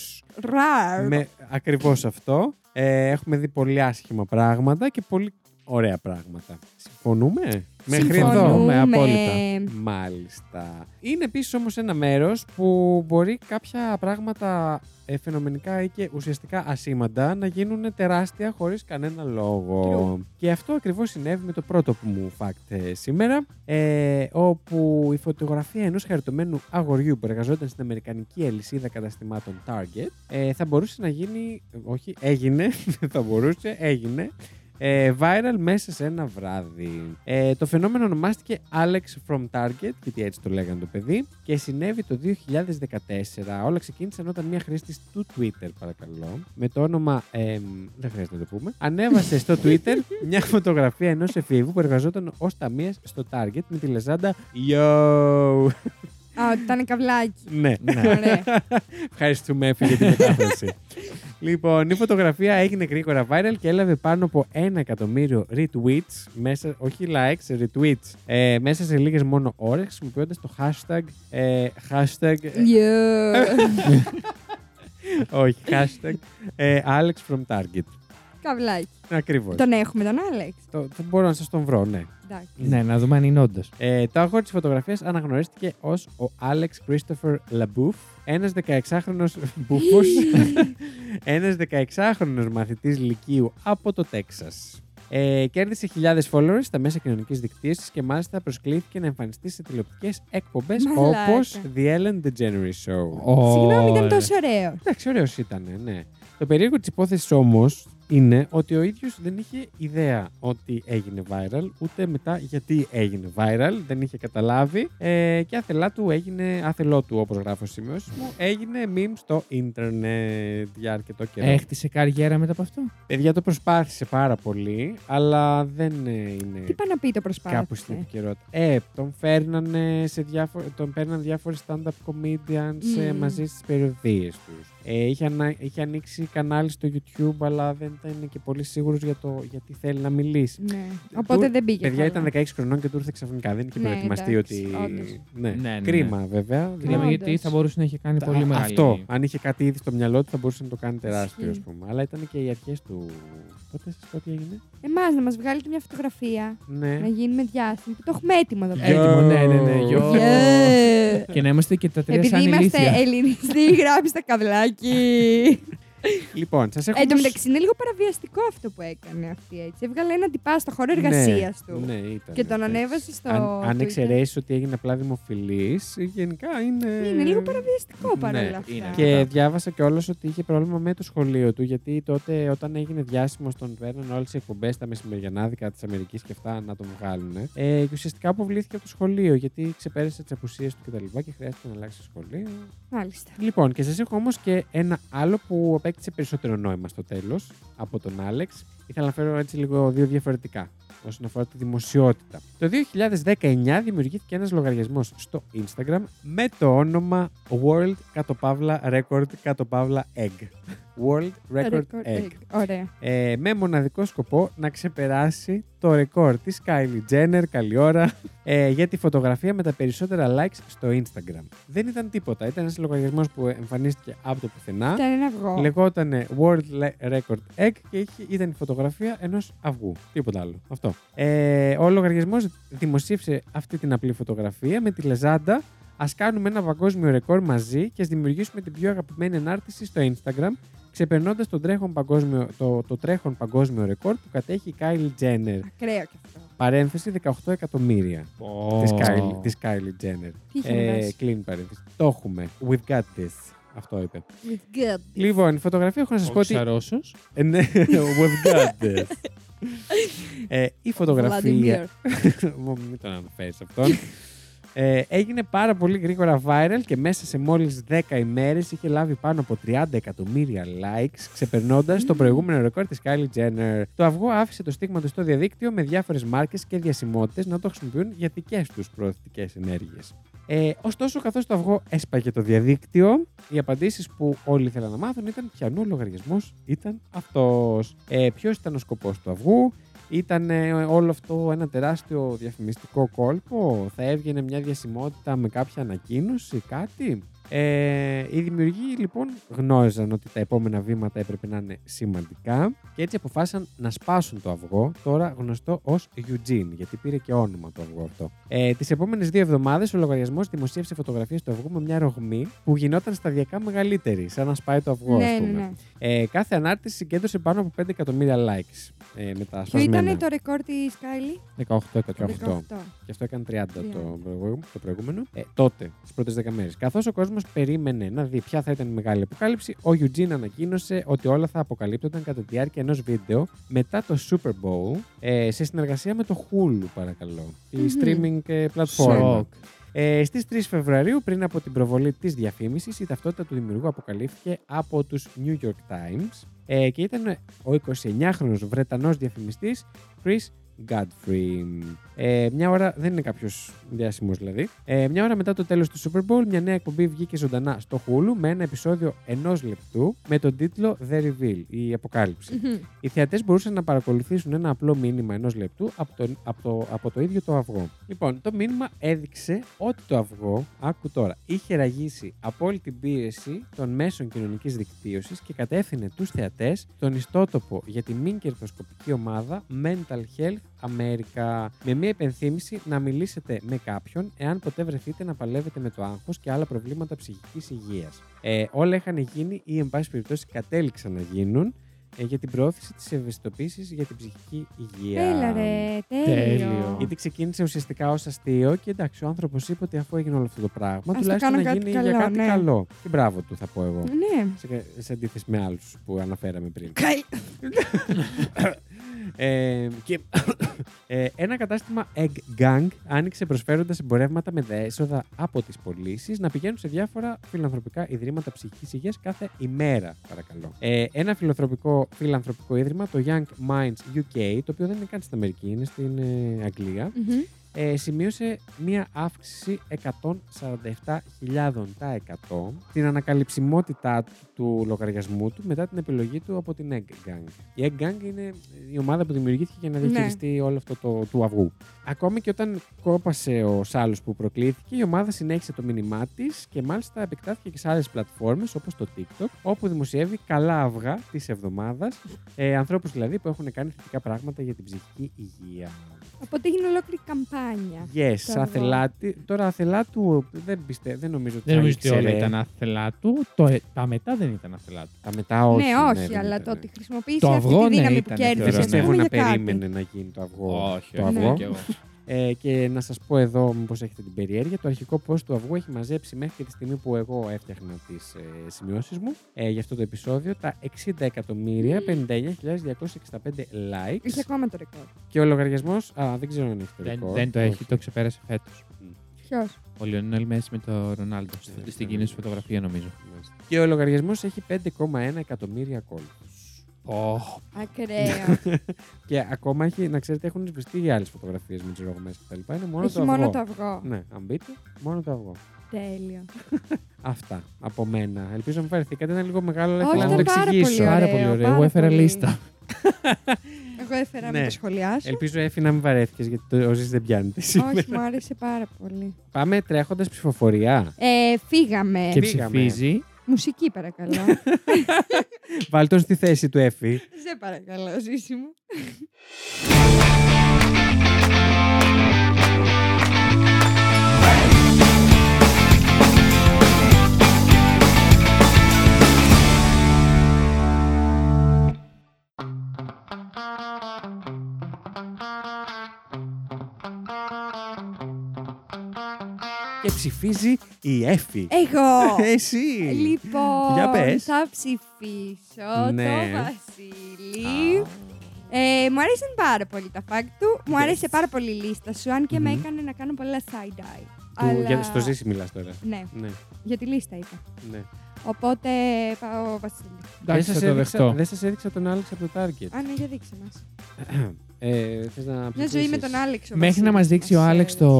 [SPEAKER 2] Ραρ.
[SPEAKER 1] Με ακριβώς αυτό. Ε, έχουμε δει πολύ άσχημα πράγματα και πολύ ωραία πράγματα. Συμφωνούμε. Μέχρι εδώ.
[SPEAKER 3] Συμφωνούμε, απόλυτα.
[SPEAKER 1] Μάλιστα. Είναι επίσης όμως ένα μέρος που μπορεί κάποια πράγματα ε, φαινομενικά ή και ουσιαστικά ασήμαντα να γίνουν τεράστια χωρίς κανένα λόγο. Και αυτό ακριβώς συνέβη με το πρώτο που μου fact ε, σήμερα, ε, όπου η φωτογραφία ενός χαριτωμένου αγοριού που εργαζόταν στην Αμερικανική αλυσίδα καταστημάτων Target ε, θα μπορούσε να γίνει. Όχι, έγινε. δεν θα μπορούσε, έγινε ε, viral μέσα σε ένα βράδυ. Ε, το φαινόμενο ονομάστηκε Alex from Target, γιατί έτσι το λέγανε το παιδί, και συνέβη το 2014. Όλα ξεκίνησαν όταν μια χρήστη του Twitter, παρακαλώ, με το όνομα. Ε, δεν χρειάζεται να το πούμε. Ανέβασε στο Twitter μια φωτογραφία ενός εφήβου που εργαζόταν ως ταμείας στο Target με τη λεζάντα Yo!
[SPEAKER 2] Α, ότι ήταν καβλάκι.
[SPEAKER 1] ναι.
[SPEAKER 2] Ωραία.
[SPEAKER 1] Ευχαριστούμε, έφη, για την μετάφραση. λοιπόν, η φωτογραφία έγινε γρήγορα viral και έλαβε πάνω από ένα εκατομμύριο retweets, μέσα, όχι likes, retweets, ε, μέσα σε λίγες μόνο ώρες, χρησιμοποιώντας το hashtag, ε, hashtag, ε,
[SPEAKER 2] Yeah.
[SPEAKER 1] όχι, hashtag, ε, Alex from Target.
[SPEAKER 2] Καβλάκι.
[SPEAKER 1] Ακριβώς.
[SPEAKER 2] Τον έχουμε τον Άλεξ.
[SPEAKER 1] Το, θα μπορώ να σας τον βρω, ναι.
[SPEAKER 2] Εντάξει.
[SPEAKER 3] Ναι, να δούμε αν είναι όντως.
[SPEAKER 1] Ε, το αγόρι της φωτογραφίας αναγνωρίστηκε ως ο Άλεξ Christopher Λαμπούφ, ένα 16χρονο μπουφό, ένα 16χρονο μαθητής Λυκείου από το Τέξας. Ε, κέρδισε χιλιάδες followers στα μέσα κοινωνικής δικτύωσης και μάλιστα προσκλήθηκε να εμφανιστεί σε τηλεοπτικές εκπομπές
[SPEAKER 2] Μαλάκα.
[SPEAKER 1] όπως The Ellen DeGeneres Show.
[SPEAKER 2] Συγγνώμη, ήταν
[SPEAKER 3] Ε,
[SPEAKER 2] τόσο ωραίο.
[SPEAKER 1] Εντάξει, ωραίος ήταν, ναι. Το περίεργο της υπόθεσης όμως είναι ότι ο ίδιος δεν είχε ιδέα ότι έγινε viral, ούτε μετά γιατί έγινε viral, δεν είχε καταλάβει. Ε, και άθελά του έγινε, άθελό του, όπως γράφω σήμερα, μου, έγινε meme στο ίντερνετ για αρκετό καιρό.
[SPEAKER 3] Έχτισε καριέρα μετά από αυτό.
[SPEAKER 1] Παιδιά το προσπάθησε πάρα πολύ, αλλά δεν ε, είναι
[SPEAKER 2] Τι πάνε να πει το
[SPEAKER 1] κάπου στην
[SPEAKER 2] προσπάθησε.
[SPEAKER 1] επικαιρότητα. Ε, τον φέρνανε σε διάφο- τον παίρναν διάφοροι stand-up comedians
[SPEAKER 2] Μμμ.
[SPEAKER 1] ε, μαζί στις περιοδίες τους. Ε, είχε, ανα- είχε ανοίξει κανάλι στο YouTube, αλλά δεν ήταν και πολύ σίγουρος για το γιατί θέλει να μιλήσει.
[SPEAKER 2] Ναι. Οπότε
[SPEAKER 1] Του-
[SPEAKER 2] δεν πήγε.
[SPEAKER 1] Ε, Παιδιά
[SPEAKER 2] καλά.
[SPEAKER 1] ήταν 16 χρονών και του ήρθε ξαφνικά. Δεν είχε
[SPEAKER 2] Ναι,
[SPEAKER 1] προετοιμαστεί
[SPEAKER 2] εντάξει,
[SPEAKER 1] ότι.
[SPEAKER 2] όντως.
[SPEAKER 1] Ναι.
[SPEAKER 3] Ναι, ναι, ναι.
[SPEAKER 1] Κρίμα, βέβαια.
[SPEAKER 3] Κρίμα,
[SPEAKER 2] Όντως.
[SPEAKER 3] γιατί θα μπορούσε να είχε κάνει
[SPEAKER 1] Α,
[SPEAKER 3] πολύ μεγάλη.
[SPEAKER 1] Αυτό. Αν είχε κάτι ήδη στο μυαλό του, θα μπορούσε να το κάνει τεράστιο,
[SPEAKER 2] Ισχύει.
[SPEAKER 1] ας πούμε. Αλλά ήταν και οι αρχές του. Πότε σα πω τι έγινε.
[SPEAKER 2] Εμάς να μας βγάλετε μια φωτογραφία. Να
[SPEAKER 1] Ναι.
[SPEAKER 2] γίνουμε διάσημοι. Που το έχουμε έτοιμο
[SPEAKER 1] Ε.
[SPEAKER 2] εδώ πέρα.
[SPEAKER 3] Έτοιμο, ναι, ναι, ναι.
[SPEAKER 1] Yo.
[SPEAKER 3] yo.
[SPEAKER 2] Yeah.
[SPEAKER 3] Και να είμαστε και τα τρία σαν
[SPEAKER 2] Επειδή είμαστε
[SPEAKER 3] ηλίθια.
[SPEAKER 2] ελληνιστοί, γράψτε καβλάκι.
[SPEAKER 1] Λοιπόν, σας έχω.
[SPEAKER 2] Εν τω
[SPEAKER 1] όμως-
[SPEAKER 2] μεταξύ, είναι λίγο παραβιαστικό αυτό που έκανε αυτή έτσι. Έβγαλε ένα τυπά στο χώρο
[SPEAKER 1] Ναι,
[SPEAKER 2] εργασίας του.
[SPEAKER 1] Ναι, ήταν.
[SPEAKER 2] Και τον
[SPEAKER 1] εντάξει.
[SPEAKER 2] ανέβασε στο.
[SPEAKER 1] Αν, αν
[SPEAKER 2] Twitter.
[SPEAKER 1] εξαιρέσεις ότι έγινε απλά δημοφιλής, γενικά είναι.
[SPEAKER 2] Είναι λίγο παραβιαστικό παρόλα
[SPEAKER 1] Ναι,
[SPEAKER 2] αυτά.
[SPEAKER 3] είναι.
[SPEAKER 1] Και διάβασα κιόλας ότι είχε πρόβλημα με το σχολείο του, γιατί τότε όταν έγινε διάσημο, τον παίρναν όλες οι εκπομπές τα μεσημεριανάδικα της Αμερικής και αυτά να τον βγάλουν. Ε, και ουσιαστικά αποβλήθηκε από το σχολείο, γιατί ξεπέρασε τις απουσίες του κτλ. Και, και χρειάστηκε να αλλάξει σχολείο.
[SPEAKER 2] Μάλιστα.
[SPEAKER 1] Λοιπόν, και σας έχω όμως και ένα άλλο που απέκτησε περισσότερο νόημα στο τέλος από τον Άλεξ. Ήθελα να φέρω έτσι λίγο δύο διαφορετικά όσον αφορά τη δημοσιότητα. Το 2019 δημιουργήθηκε ένας λογαριασμός στο Instagram με το όνομα World κάτω παύλα Record κάτω παύλα Egg. World Record
[SPEAKER 2] Record
[SPEAKER 1] Egg.
[SPEAKER 2] egg. Ωραία.
[SPEAKER 1] Ε, με μοναδικό σκοπό να ξεπεράσει το ρεκόρ της Kylie Jenner, καλή ώρα, ε, για τη φωτογραφία με τα περισσότερα likes στο Instagram. Δεν ήταν τίποτα, ήταν ένας λογαριασμός που εμφανίστηκε από το πουθενά.
[SPEAKER 2] Ήταν ένα αυγό.
[SPEAKER 1] Λεγότανε World Le- Record Egg και είχε, ήταν η φωτογραφία ενός αυγού. Τίποτα άλλο. Αυτό. Ε, ο λογαριασμός δημοσίευσε αυτή την απλή φωτογραφία με τη λεζάντα. Ας κάνουμε ένα παγκόσμιο ρεκόρ μαζί και ας δημιουργήσουμε την πιο αγαπημένη ανάρτηση στο Instagram, ξεπερνώντας το, τρέχον παγκόσμιο- το, το τρέχον παγκόσμιο ρεκόρ που κατέχει η Kylie Jenner.
[SPEAKER 2] Ακραίο κι αυτό.
[SPEAKER 1] Παρένθεση 18 εκατομμύρια της, Kylie, της Kylie Jenner. Ε,
[SPEAKER 2] Τι είχε να βάζει.
[SPEAKER 1] κλείνει παρένθεση. Το έχουμε. We've got this. Αυτό είπε.
[SPEAKER 2] It's good.
[SPEAKER 1] Λοιπόν, η φωτογραφία έχω να σας πω ότι.
[SPEAKER 3] Ρώσος.
[SPEAKER 1] Ε, Ναι, we've got this. ε, η φωτογραφία. Μου- Μην τον αναφέρεις αυτόν. Ε, έγινε πάρα πολύ γρήγορα viral και μέσα σε μόλις 10 ημέρες είχε λάβει πάνω από 30 εκατομμύρια likes, ξεπερνώντας το προηγούμενο ρεκόρ της Kylie Jenner. Το αυγό άφησε το στίγμα του στο διαδίκτυο με διάφορες μάρκες και διασημότητες να το χρησιμοποιούν για δικές τους προωθητικές ενέργειες. Ε, ωστόσο, καθώς το αυγό έσπαγε το διαδίκτυο, οι απαντήσεις που όλοι ήθελαν να μάθουν ήταν ποιανού λογαριασμός ήταν αυτός. Ε, ποιος ήταν ο σκοπός του αυγού, ήταν ε, όλο αυτό ένα τεράστιο διαφημιστικό κόλπο. Θα έβγαινε μια διασημότητα με κάποια ανακοίνωση, κάτι. Ε, οι δημιουργοί λοιπόν γνώριζαν ότι τα επόμενα βήματα έπρεπε να είναι σημαντικά και έτσι αποφάσισαν να σπάσουν το αυγό, τώρα γνωστό ως Eugene, γιατί πήρε και όνομα το αυγό αυτό. Ε, Τις επόμενες δύο εβδομάδες ο λογαριασμός δημοσίευσε φωτογραφίες του αυγού με μια ρογμή που γινόταν σταδιακά μεγαλύτερη, σαν να σπάει το αυγό,
[SPEAKER 2] Ναι,
[SPEAKER 1] ας
[SPEAKER 2] ναι,
[SPEAKER 1] πούμε.
[SPEAKER 2] ναι.
[SPEAKER 1] Ε, κάθε ανάρτηση συγκέντρωσε πάνω από 5 εκατομμύρια likes. Ε, με τα
[SPEAKER 2] Ποιο
[SPEAKER 1] σπασμένα.
[SPEAKER 2] ήταν το ρεκόρ της Κάιλι,
[SPEAKER 3] 18 εκατομμύρια.
[SPEAKER 1] 18.
[SPEAKER 2] 18.
[SPEAKER 1] Και αυτό έκανε 30 το,
[SPEAKER 2] 30.
[SPEAKER 1] προηγου- το προηγούμενο. Ε, τότε, στι πρώτε 10 μέρες. Καθώς ο κόσμος περίμενε να δει ποια θα ήταν η μεγάλη αποκάλυψη, ο Eugene ανακοίνωσε ότι όλα θα αποκαλύπτονταν κατά τη διάρκεια ενός βίντεο μετά το Super Bowl ε, σε συνεργασία με το Hulu, παρακαλώ. Η
[SPEAKER 2] Μμμ.
[SPEAKER 1] streaming ε, πλατφόρμα.
[SPEAKER 3] Σοκ.
[SPEAKER 1] Ε, Στις 3 Φεβρουαρίου, πριν από την προβολή της διαφήμισης, η ταυτότητα του δημιουργού αποκαλύφθηκε από τους New York Times ε, και ήταν ο 29χρονο Βρετανός διαφημιστής Chris Godfrey. Ε, μια ώρα, δεν είναι κάποιος διάσημος δηλαδή. Ε, μια ώρα μετά το τέλος του Super Bowl, μια νέα εκπομπή βγήκε ζωντανά στο Hulu με ένα επεισόδιο ενός λεπτού με τον τίτλο The Reveal, η αποκάλυψη.
[SPEAKER 2] Μμμ.
[SPEAKER 1] Οι θεατές μπορούσαν να παρακολουθήσουν ένα απλό μήνυμα ενός λεπτού από το, από, το, από το ίδιο το αυγό. Λοιπόν, το μήνυμα έδειξε ότι το αυγό, άκου τώρα, είχε ραγίσει από όλη την πίεση των μέσων κοινωνικής δικτύωσης και κατεύθυνε τους θεατές στον ιστότοπο για τη μην κερδοσκοπική ομάδα Mental Health America. Με μία υπενθύμηση να μιλήσετε με κάποιον εάν ποτέ βρεθείτε να παλεύετε με το άγχος και άλλα προβλήματα ψυχικής υγείας. Ε, όλα είχαν γίνει ή, εν πάση περιπτώσει, κατέληξαν να γίνουν ε, για την προώθηση της ευαισθητοποίησης για την ψυχική υγεία.
[SPEAKER 2] Έλα ρε,
[SPEAKER 3] Τέλειο.
[SPEAKER 2] τέλειο.
[SPEAKER 1] Γιατί ξεκίνησε ουσιαστικά ως αστείο και εντάξει, ο άνθρωπος είπε ότι αφού έγινε όλο αυτό το πράγμα,
[SPEAKER 2] Ας το
[SPEAKER 1] τουλάχιστον να
[SPEAKER 2] κάνω
[SPEAKER 1] γίνει
[SPEAKER 2] κάτι
[SPEAKER 1] για
[SPEAKER 2] καλό,
[SPEAKER 1] κάτι
[SPEAKER 2] ναι.
[SPEAKER 1] καλό. Και μπράβο του, θα πω εγώ.
[SPEAKER 2] Ναι.
[SPEAKER 1] Σε, σε αντίθεση με άλλους που αναφέραμε πριν.
[SPEAKER 2] Κάιλι.
[SPEAKER 1] Ε, και ε, ένα κατάστημα Egg Gang άνοιξε προσφέροντας εμπορεύματα με τα έσοδα από τις πωλήσεις να πηγαίνουν σε διάφορα φιλανθρωπικά ιδρύματα ψυχικής υγείας κάθε ημέρα, παρακαλώ. Ε, ένα φιλανθρωπικό, φιλανθρωπικό ίδρυμα, το Young Minds UK, το οποίο δεν είναι καν στην Αμερική, είναι στην ε, Αγγλία,
[SPEAKER 2] Μμμ.
[SPEAKER 1] ε, σημείωσε μία αύξηση 147.000 τα 100 την ανακαλυψιμότητά του, του λογαριασμού του μετά την επιλογή του από την Egg Gang. Η Egg Gang είναι η ομάδα που δημιουργήθηκε για να
[SPEAKER 2] Ναι.
[SPEAKER 1] διαχειριστεί όλο αυτό το, του αυγού. Ακόμη και όταν κόπασε ο Σάλλο που προκλήθηκε, η ομάδα συνέχισε το μήνυμά της και μάλιστα επεκτάθηκε και σε άλλες πλατφόρμες όπως το TikTok, όπου δημοσιεύει καλά αυγά της εβδομάδας, ε, ανθρώπους δηλαδή που έχουν κάνει θετικά πράγματα για την ψυχική υγεία.
[SPEAKER 2] Οπότε έγινε ολόκληρη καμπάνια.
[SPEAKER 1] Yes,
[SPEAKER 2] Το αυγό.
[SPEAKER 1] αθελάτη. Τώρα αθελά του δεν, πιστε, δεν νομίζω ότι
[SPEAKER 3] Δεν
[SPEAKER 1] θα
[SPEAKER 3] νομίζω ότι όλα
[SPEAKER 1] ήξερε.
[SPEAKER 3] ήταν άθελά του. Το, ε- τα μετά δεν ήταν άθελά του.
[SPEAKER 1] Τα μετά όχι.
[SPEAKER 2] ναι, όχι,
[SPEAKER 1] δεν
[SPEAKER 2] αλλά
[SPEAKER 1] ήταν.
[SPEAKER 2] το ότι χρησιμοποίησε
[SPEAKER 3] Το
[SPEAKER 2] αυτή
[SPEAKER 3] αυγό,
[SPEAKER 2] τη
[SPEAKER 3] ναι,
[SPEAKER 2] δύναμη που
[SPEAKER 3] ήταν,
[SPEAKER 1] Δεν
[SPEAKER 3] θεωρώ,
[SPEAKER 2] κέρδισε.
[SPEAKER 3] ναι.
[SPEAKER 1] πιστεύω
[SPEAKER 2] πούμε,
[SPEAKER 1] να
[SPEAKER 2] για κάτι.
[SPEAKER 1] περίμενε να γίνει το αυγό. το
[SPEAKER 2] όχι,
[SPEAKER 1] αυγό.
[SPEAKER 2] και
[SPEAKER 3] εγώ.
[SPEAKER 1] Ε, και να σας πω εδώ, μήπως έχετε την περιέργεια, το αρχικό post του αυγού έχει μαζέψει μέχρι και τη στιγμή που εγώ έφτιαχνα τις ε, σημειώσεις μου ε, για αυτό το επεισόδιο τα 60
[SPEAKER 2] Mm.
[SPEAKER 1] εκατομμύρια 59.265 likes.
[SPEAKER 2] Είχε ακόμα το ρεκόρ.
[SPEAKER 1] και ο λογαριασμός. Α, δεν ξέρω αν έχει το
[SPEAKER 3] Δεν,
[SPEAKER 1] ρεκόρ.
[SPEAKER 3] δεν το
[SPEAKER 1] Όχι.
[SPEAKER 3] έχει, το ξεπέρασε φέτος.
[SPEAKER 2] Ποιος.
[SPEAKER 3] Ο Λιονέλ Μέση με τον Ρονάλντο.
[SPEAKER 1] Ναι,
[SPEAKER 3] Στην
[SPEAKER 1] ναι.
[SPEAKER 3] κοινή σου φωτογραφία, νομίζω.
[SPEAKER 1] Και ο λογαριασμός έχει 5,1 εκατομμύρια ακόλουθους.
[SPEAKER 3] Ωχ,
[SPEAKER 2] Ακραίο.
[SPEAKER 1] Ναι, Και ακόμα έχει, να ξέρετε, έχουν σβηστεί οι άλλες φωτογραφίες με τις ρογμές κτλ. Είναι μόνο
[SPEAKER 2] Έχει
[SPEAKER 1] το αυγό.
[SPEAKER 2] μόνο το αυγό.
[SPEAKER 1] Ναι, αν μπείτε, μόνο το αυγό.
[SPEAKER 2] Τέλειο.
[SPEAKER 1] Αυτά από μένα. Ελπίζω να μου φερθήκατε. Ήταν λίγο μεγάλο, αλλά
[SPEAKER 2] Όχι,
[SPEAKER 1] ήθελα να το
[SPEAKER 2] ήταν πάρα πολύ
[SPEAKER 1] εξηγήσω.
[SPEAKER 2] ωραίο.
[SPEAKER 3] πάρα πολύ ωραίο. Εγώ
[SPEAKER 2] πάρα
[SPEAKER 3] έφερα
[SPEAKER 2] πολύ.
[SPEAKER 3] λίστα.
[SPEAKER 2] Εγώ έφερα
[SPEAKER 1] Ναι.
[SPEAKER 2] να το σχολιάσω.
[SPEAKER 1] Ελπίζω έφη να μην βαρέθηκες γιατί το Ζήση δεν πιάνει.
[SPEAKER 2] Όχι,
[SPEAKER 1] ναι.
[SPEAKER 2] μου άρεσε πάρα πολύ.
[SPEAKER 1] Πάμε τρέχοντας ψηφοφορία.
[SPEAKER 2] Ε, φύγαμε.
[SPEAKER 3] Και
[SPEAKER 1] Πήγαμε.
[SPEAKER 3] ψηφίζει.
[SPEAKER 2] Μουσική παρακαλώ.
[SPEAKER 1] Βάλ τον στη θέση του έφη.
[SPEAKER 2] Σε παρακαλώ, ζήση μου.
[SPEAKER 1] Και ψηφίζει η έφη. Ε,
[SPEAKER 2] Εγώ.
[SPEAKER 1] Εσύ.
[SPEAKER 2] λοιπόν,
[SPEAKER 1] Για πες.
[SPEAKER 2] θα ψηφίσω
[SPEAKER 1] Ναι.
[SPEAKER 2] το Βασίλη. Ε, μου άρεσαν πάρα πολύ τα φάκ του. Μου
[SPEAKER 1] Yes.
[SPEAKER 2] άρεσε πάρα πολύ η λίστα σου, αν και με
[SPEAKER 1] Μμμ.
[SPEAKER 2] έκανε να κάνω πολλά side-eye.
[SPEAKER 1] Του- για- Στο Ζήση μιλάς τώρα.
[SPEAKER 2] Ναι,
[SPEAKER 1] Ναι,
[SPEAKER 2] για τη λίστα είπα.
[SPEAKER 1] ναι.
[SPEAKER 2] Οπότε πάω Βασίλη.
[SPEAKER 1] Δεν
[SPEAKER 3] Εντάξει,
[SPEAKER 1] σας
[SPEAKER 3] θα το
[SPEAKER 1] έδειξα,
[SPEAKER 3] δεχτώ.
[SPEAKER 1] δεν σας έδειξα τον Άλεξ από το Target.
[SPEAKER 2] Α, ναι, για δείξε μας.
[SPEAKER 1] Ε, θες να
[SPEAKER 2] Μια
[SPEAKER 1] ψηφίσεις?
[SPEAKER 2] ζωή με τον Άλεξ. ο
[SPEAKER 3] Μέχρι να
[SPEAKER 2] Βασίλης
[SPEAKER 3] μας δείξει ο
[SPEAKER 2] μας
[SPEAKER 3] Άλεξ
[SPEAKER 2] έδειξε.
[SPEAKER 3] το,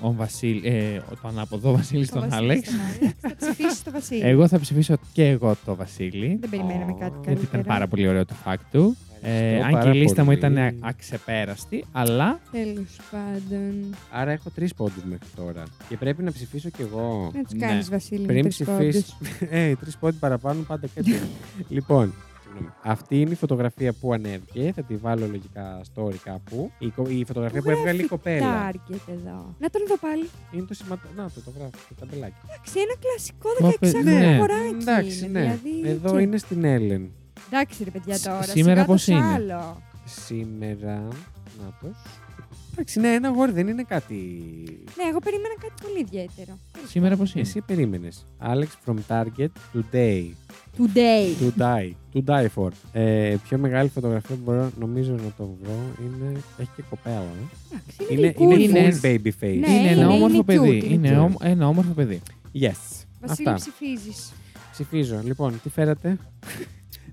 [SPEAKER 3] ο Βασίλη, ε, ο- τον αποδό Βασίλη
[SPEAKER 2] Το
[SPEAKER 3] τον
[SPEAKER 2] Βασίλης
[SPEAKER 3] Άλεξ.
[SPEAKER 2] στον Άλεξ. Θα ψηφίσεις το Βασίλη.
[SPEAKER 3] Εγώ θα ψηφίσω και εγώ το Βασίλη.
[SPEAKER 2] Δεν περιμέναμε κάτι
[SPEAKER 1] Ω,
[SPEAKER 3] Γιατί
[SPEAKER 2] καλύτερο.
[SPEAKER 3] ήταν πάρα πολύ ωραίο το fact του. Ε,
[SPEAKER 1] Ευχαριστώ
[SPEAKER 3] αν και
[SPEAKER 1] πάρα
[SPEAKER 3] η λίστα μου
[SPEAKER 1] πολύ.
[SPEAKER 3] ήταν α- αξεπέραστη, αλλά
[SPEAKER 2] Τέλος πάντων.
[SPEAKER 1] Άρα έχω τρεις πόντους μέχρι τώρα. Και πρέπει να ψηφίσω κι εγώ.
[SPEAKER 2] Να τους
[SPEAKER 3] Ναι.
[SPEAKER 2] κάνει, Βασίλη.
[SPEAKER 1] Πριν
[SPEAKER 2] με τους
[SPEAKER 1] ψηφίσει.
[SPEAKER 2] Ε, πόντους.
[SPEAKER 1] Ε, τρεις πόντους παραπάνω πάντα κάτι. λοιπόν, συγγνώμη. αυτή είναι η φωτογραφία που ανέβηκε. Θα τη βάλω λογικά story κάπου. Η, κο- η φωτογραφία
[SPEAKER 2] Πού
[SPEAKER 1] που έβγαλε η
[SPEAKER 2] γράφει
[SPEAKER 1] κοπέλα.
[SPEAKER 2] Target εδώ. Να τον δω πάλι.
[SPEAKER 1] Είναι το σημαντικό. Να το, το γράφω, το ταμπελάκι.
[SPEAKER 2] Εντάξει, ένα κλασικό
[SPEAKER 3] Μα,
[SPEAKER 2] 16χρονο
[SPEAKER 3] ναι.
[SPEAKER 2] κοράκι.
[SPEAKER 1] Εντάξει,
[SPEAKER 2] είναι,
[SPEAKER 1] ναι.
[SPEAKER 2] δηλαδή,
[SPEAKER 1] Εδώ
[SPEAKER 2] και-
[SPEAKER 1] είναι στην Έλεν.
[SPEAKER 2] Εντάξει, ρε παιδιά
[SPEAKER 3] Σ-
[SPEAKER 2] τώρα.
[SPEAKER 3] σήμερα
[SPEAKER 2] σιγά το
[SPEAKER 3] πώς είναι?
[SPEAKER 2] Άλλο.
[SPEAKER 1] Σήμερα. Να το. Εντάξει, ναι, ένα γόρι δεν είναι κάτι
[SPEAKER 2] Ναι, εγώ περίμενα κάτι πολύ ιδιαίτερο.
[SPEAKER 3] σήμερα πώς είναι.
[SPEAKER 1] Εσύ περίμενες. Alex from Target today.
[SPEAKER 2] Today.
[SPEAKER 1] To die. To die for. Ε, πιο μεγάλη φωτογραφία που μπορώ νομίζω να το βρω είναι. Έχει και κοπέλα. ε.
[SPEAKER 2] Εντάξει,
[SPEAKER 1] Είναι,
[SPEAKER 2] γλυκούλης.
[SPEAKER 1] είναι,
[SPEAKER 3] Είναι-
[SPEAKER 1] full baby face.
[SPEAKER 2] Ναι,
[SPEAKER 3] είναι ένα
[SPEAKER 2] είναι-
[SPEAKER 3] όμορφο
[SPEAKER 2] είναι
[SPEAKER 3] παιδί.
[SPEAKER 2] cute, είναι
[SPEAKER 3] Είναι
[SPEAKER 1] cute.
[SPEAKER 3] όμο- ένα όμορφο παιδί.
[SPEAKER 1] Yes.
[SPEAKER 2] Βασίλη,
[SPEAKER 1] Αυτά.
[SPEAKER 2] ψηφίζεις.
[SPEAKER 1] Ψηφίζω. Λοιπόν, τι φέρατε.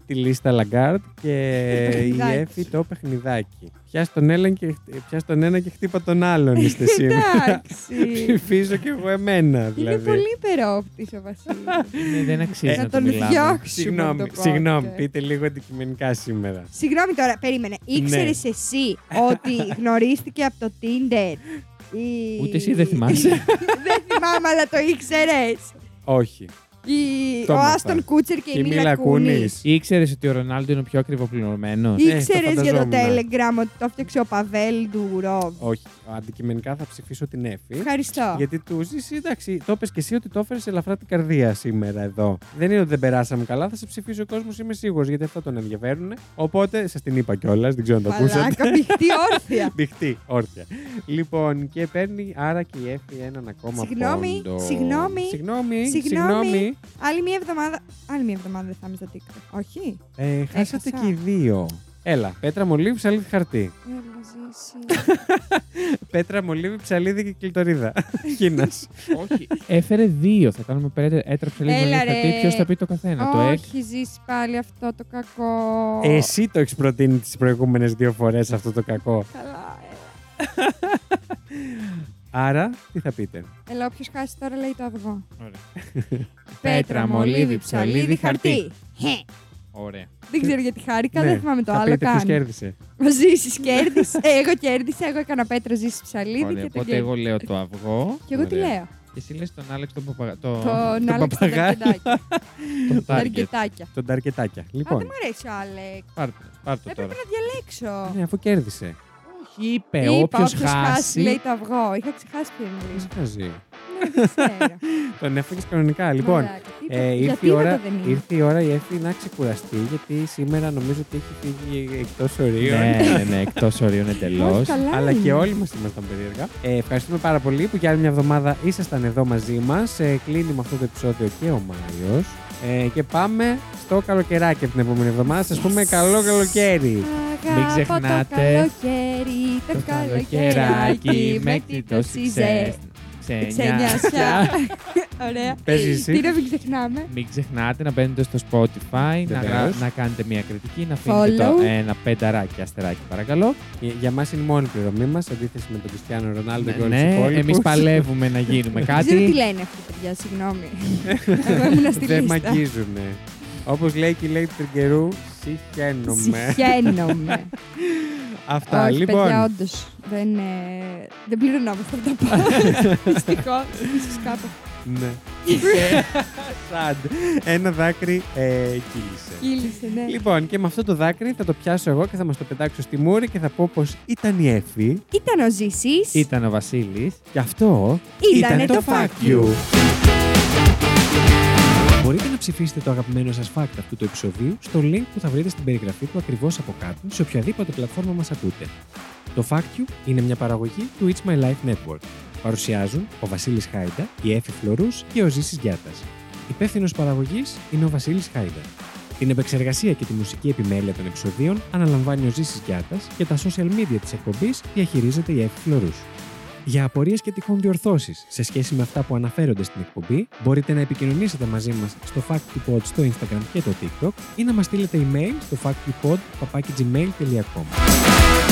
[SPEAKER 1] τη λίστα Λαγκάρτ και η
[SPEAKER 2] Το παιχνιδάκι.
[SPEAKER 1] Εφη το παιχνιδάκι. Πιάσ' τον, έναν και, χτυ- πιάσ' τον ένα και χτύπα τον άλλον είστε σήμερα.
[SPEAKER 2] Εντάξει.
[SPEAKER 1] Ψηφίζω κι εγώ εμένα
[SPEAKER 2] Ναι. Είναι
[SPEAKER 1] δηλαδή.
[SPEAKER 2] πολύ υπερόπτης ο Βασίλης.
[SPEAKER 3] Ναι, Δεν αξίζει
[SPEAKER 1] Ε,
[SPEAKER 3] να
[SPEAKER 2] Να
[SPEAKER 3] το
[SPEAKER 2] τον
[SPEAKER 3] μιλάμε.
[SPEAKER 2] διώξουμε. από το
[SPEAKER 1] Συγγνώμη, συγγνώμη,
[SPEAKER 2] podcast.
[SPEAKER 1] πείτε λίγο αντικειμενικά σήμερα.
[SPEAKER 2] Συγγνώμη τώρα, περίμενε.
[SPEAKER 1] Ναι.
[SPEAKER 2] Ήξερες εσύ ότι γνωρίστηκε από το Tinder. Η...
[SPEAKER 3] Ούτε εσύ δεν θυμάσαι.
[SPEAKER 2] δεν θυμάμαι, αλλά το ήξερες.
[SPEAKER 1] Όχι.
[SPEAKER 2] Η...
[SPEAKER 1] Το
[SPEAKER 2] Ο
[SPEAKER 1] έμαθα.
[SPEAKER 2] Άστον Κούτσερ και η Μίλα Κούνη.
[SPEAKER 1] Κουνής.
[SPEAKER 3] Ήξερες ότι ο Ρονάλντο είναι ο πιο ακριβοπληρωμένος.
[SPEAKER 1] Ε, το
[SPEAKER 2] Ήξερες για το
[SPEAKER 1] φανταζόμουν.
[SPEAKER 2] Telegram ότι το έφτιαξε ο Παβέλ Ντουρόβ.
[SPEAKER 1] Όχι. Αντικειμενικά θα ψηφίσω την Εφη.
[SPEAKER 2] Ευχαριστώ.
[SPEAKER 1] Γιατί του ζήσει, εντάξει, το είπες και εσύ ότι το έφερες ελαφρά την καρδία σήμερα εδώ. Δεν είναι ότι δεν περάσαμε καλά, θα σε ψηφίσει ο κόσμος, είμαι σίγουρος, γιατί αυτά τον ενδιαφέρουν. Οπότε σας την είπα κιόλας, δεν ξέρω αν το ακούσατε.
[SPEAKER 2] Μαλάκα, πηχτή όρθια.
[SPEAKER 1] Μπιχτή, όρθια. Λοιπόν, και παίρνει άρα και η Εφη έναν ακόμα
[SPEAKER 2] Συγγνώμη,
[SPEAKER 1] πόντο.
[SPEAKER 2] συγγνώμη,
[SPEAKER 1] συγγνώμη,
[SPEAKER 2] συγγνώμη.
[SPEAKER 1] συγγνώμη.
[SPEAKER 2] Άλλη μία εβδομάδα. Άλλη μία εβδομάδα δεν θα είμαι στα TikTok. Όχι.
[SPEAKER 1] Ε, χάσατε
[SPEAKER 2] Έχασα.
[SPEAKER 1] και οι δύο. Έλα, πέτρα μολύβι, ψαλίδι χαρτί.
[SPEAKER 2] Έλα, ζήσει.
[SPEAKER 1] Πέτρα μολύβι, ψαλίδι και κλειτορίδα. Χίνα.
[SPEAKER 3] Όχι. Έφερε δύο. Θα κάνουμε πέρα. Έτρεψε λίγο
[SPEAKER 2] Έλα,
[SPEAKER 3] να
[SPEAKER 2] ρε.
[SPEAKER 3] δει ποιος θα πει το
[SPEAKER 1] Ε,
[SPEAKER 3] καθένα. Το έχει.
[SPEAKER 2] Όχι, ζήσει πάλι αυτό το κακό.
[SPEAKER 1] Εσύ το έχεις προτείνει τις προηγούμενες δύο φορές αυτό το κακό.
[SPEAKER 2] Καλά, ε.
[SPEAKER 1] Άρα, τι θα πείτε.
[SPEAKER 2] Έλα, όποιος χάσει τώρα λέει το αυγό.
[SPEAKER 3] Ωραία.
[SPEAKER 2] Πέτρα, μολύβι, ψαλίδι, χαρτί. Χε.
[SPEAKER 3] Ωραία.
[SPEAKER 2] Δεν ξέρω γιατί χάρηκα,
[SPEAKER 1] Ναι,
[SPEAKER 2] δεν θυμάμαι το
[SPEAKER 1] θα
[SPEAKER 2] άλλο
[SPEAKER 1] πείτε ποιος
[SPEAKER 2] καν.
[SPEAKER 1] κέρδισε.
[SPEAKER 2] Ο Ζήση κέρδισε. Ε, Εγώ κέρδισα, εγώ έκανα πέτρα, Ζήση ψαλίδι
[SPEAKER 3] Ωραία.
[SPEAKER 2] και τον
[SPEAKER 3] Οπότε εγώ
[SPEAKER 2] κέρδισα.
[SPEAKER 3] λέω το αυγό.
[SPEAKER 2] Και εγώ τι
[SPEAKER 1] Ωραία.
[SPEAKER 2] λέω.
[SPEAKER 3] Και εσύ λες τον Άλεξ τον παπαγα... το,
[SPEAKER 2] Τον Άλεξ τα
[SPEAKER 1] παπαγάλο.
[SPEAKER 2] ταρκετάκια.
[SPEAKER 3] το
[SPEAKER 2] Τα
[SPEAKER 3] target.
[SPEAKER 2] ταρκετάκια.
[SPEAKER 1] Τον ταρκετάκια.
[SPEAKER 2] Α, δεν
[SPEAKER 1] Λοιπόν,
[SPEAKER 2] μου αρέσει ο Άλεξ.
[SPEAKER 3] Πάρ' πάρ' το
[SPEAKER 2] Έπρεπε
[SPEAKER 3] τώρα.
[SPEAKER 2] να διαλέξω.
[SPEAKER 1] ναι, αφού κέρδισε.
[SPEAKER 3] Όχι,
[SPEAKER 1] Ε,
[SPEAKER 3] είπε.
[SPEAKER 2] Είπα,
[SPEAKER 3] Όποιο
[SPEAKER 2] όποιος χάσει λέει
[SPEAKER 3] χάσει.
[SPEAKER 2] το αυγό. Είχα ξεχάσει ποιο είναι.
[SPEAKER 1] Τι σε νοιάζει.
[SPEAKER 2] Ναι, δεν ξέρω.
[SPEAKER 1] Τον έφυγε κανονικά. Λοιπόν,
[SPEAKER 2] Μαλάκα, τι είπα,
[SPEAKER 1] ε, ήρθε,
[SPEAKER 2] γιατί
[SPEAKER 1] η
[SPEAKER 2] είπα
[SPEAKER 1] ώρα,
[SPEAKER 2] το δεν είναι.
[SPEAKER 1] ήρθε η ώρα η Εφη να ξεκουραστεί, γιατί σήμερα νομίζω ότι έχει φύγει εκτός ορίων.
[SPEAKER 3] Ναι, ναι, ναι, εκτός ορίων
[SPEAKER 2] Όχι,
[SPEAKER 3] εντελώ.
[SPEAKER 2] καλά
[SPEAKER 1] Αλλά και
[SPEAKER 2] είναι.
[SPEAKER 1] όλοι μας ήμασταν περίεργα. Ε, ευχαριστούμε πάρα πολύ που για άλλη μια εβδομάδα ήσασταν εδώ μαζί μας. Ε, κλείνει με αυτό το επεισόδιο και ο Μάριο. Ε, και πάμε στο καλοκαιράκι από την επόμενη εβδομάδα. Σας πούμε καλό καλοκαίρι.
[SPEAKER 2] Αγαπώ
[SPEAKER 3] Μην ξεχνάτε
[SPEAKER 2] Το καλοκαίρι, το, καλοκαιράκι με
[SPEAKER 3] τη
[SPEAKER 2] τίτλο Σιζέ. Ξενιάσια. Ωραία.
[SPEAKER 3] Παίζεις εσύ.
[SPEAKER 2] Τι να μην ξεχνάμε.
[SPEAKER 1] Μην ξεχνάτε να μπαίνετε στο Spotify, να, γρα-
[SPEAKER 3] Βεβαίως.
[SPEAKER 1] να κάνετε μια κριτική, να αφήνετε το
[SPEAKER 2] Follow.
[SPEAKER 1] ένα πενταράκι αστεράκι παρακαλώ.
[SPEAKER 3] Για- Για μας είναι η μόνη πληρωμή μας, αντίθεση με τον Κριστιανό Ρονάλντο και όλου του
[SPEAKER 1] ναι,
[SPEAKER 3] υπόλοιπου.
[SPEAKER 1] εμείς παλεύουμε να γίνουμε
[SPEAKER 2] Δεν ξέρω τι
[SPEAKER 1] κάτι.
[SPEAKER 2] λένε αυτοί τα παιδιά, συγγνώμη. Εγώ ήμουν στη
[SPEAKER 3] Δεν μ'
[SPEAKER 2] λίστα.
[SPEAKER 3] αγγίζουν. Όπως λέει και η Lady Τριγκερού, συχαίνομαι.
[SPEAKER 2] Συχαίνομαι.
[SPEAKER 3] Αυτά
[SPEAKER 2] Όχι,
[SPEAKER 3] λοιπόν.
[SPEAKER 2] παιδιά, όντως. Δεν, ε, δεν πληρωνόμαστε από τα πάντα. Δυστυχώς, ίσως κάπου.
[SPEAKER 3] Ναι. Σαν. Ένα δάκρυ ε, κύλησε.
[SPEAKER 2] Κύλησε, ναι.
[SPEAKER 3] Λοιπόν, και με αυτό το δάκρυ θα το πιάσω εγώ και θα μας το πετάξω στη μούρη και θα πω πως ήταν η Εφη
[SPEAKER 2] Ήταν ο Ζήσης.
[SPEAKER 1] Ήταν ο Βασίλης.
[SPEAKER 3] και αυτό
[SPEAKER 2] Ήτανε το Fact You.
[SPEAKER 3] Μπορείτε να ψηφίσετε το αγαπημένο σας fact αυτού του επεισοδίου στο link που θα βρείτε στην περιγραφή του ακριβώς από κάτω σε οποιαδήποτε πλατφόρμα μας ακούτε. Το Fact You είναι μια παραγωγή του It's My Life Network. Παρουσιάζουν ο Βασίλης Χάιντα, η Εφη Φλωρούς και ο Ζήσης Γιάτας. Υπεύθυνος παραγωγής είναι ο Βασίλης Χάιντα. Την επεξεργασία και τη μουσική επιμέλεια των επεισοδίων αναλαμβάνει ο Ζήσης Γιάτας και τα social media της εκπομπής διαχειρίζεται η Εφη Φλωρούς. Για απορίες και τυχόν διορθώσεις σε σχέση με αυτά που αναφέρονται στην εκπομπή, μπορείτε να επικοινωνήσετε μαζί μας στο FactPod στο Instagram και το TikTok ή να μας στείλετε email στο factpod.gmail.com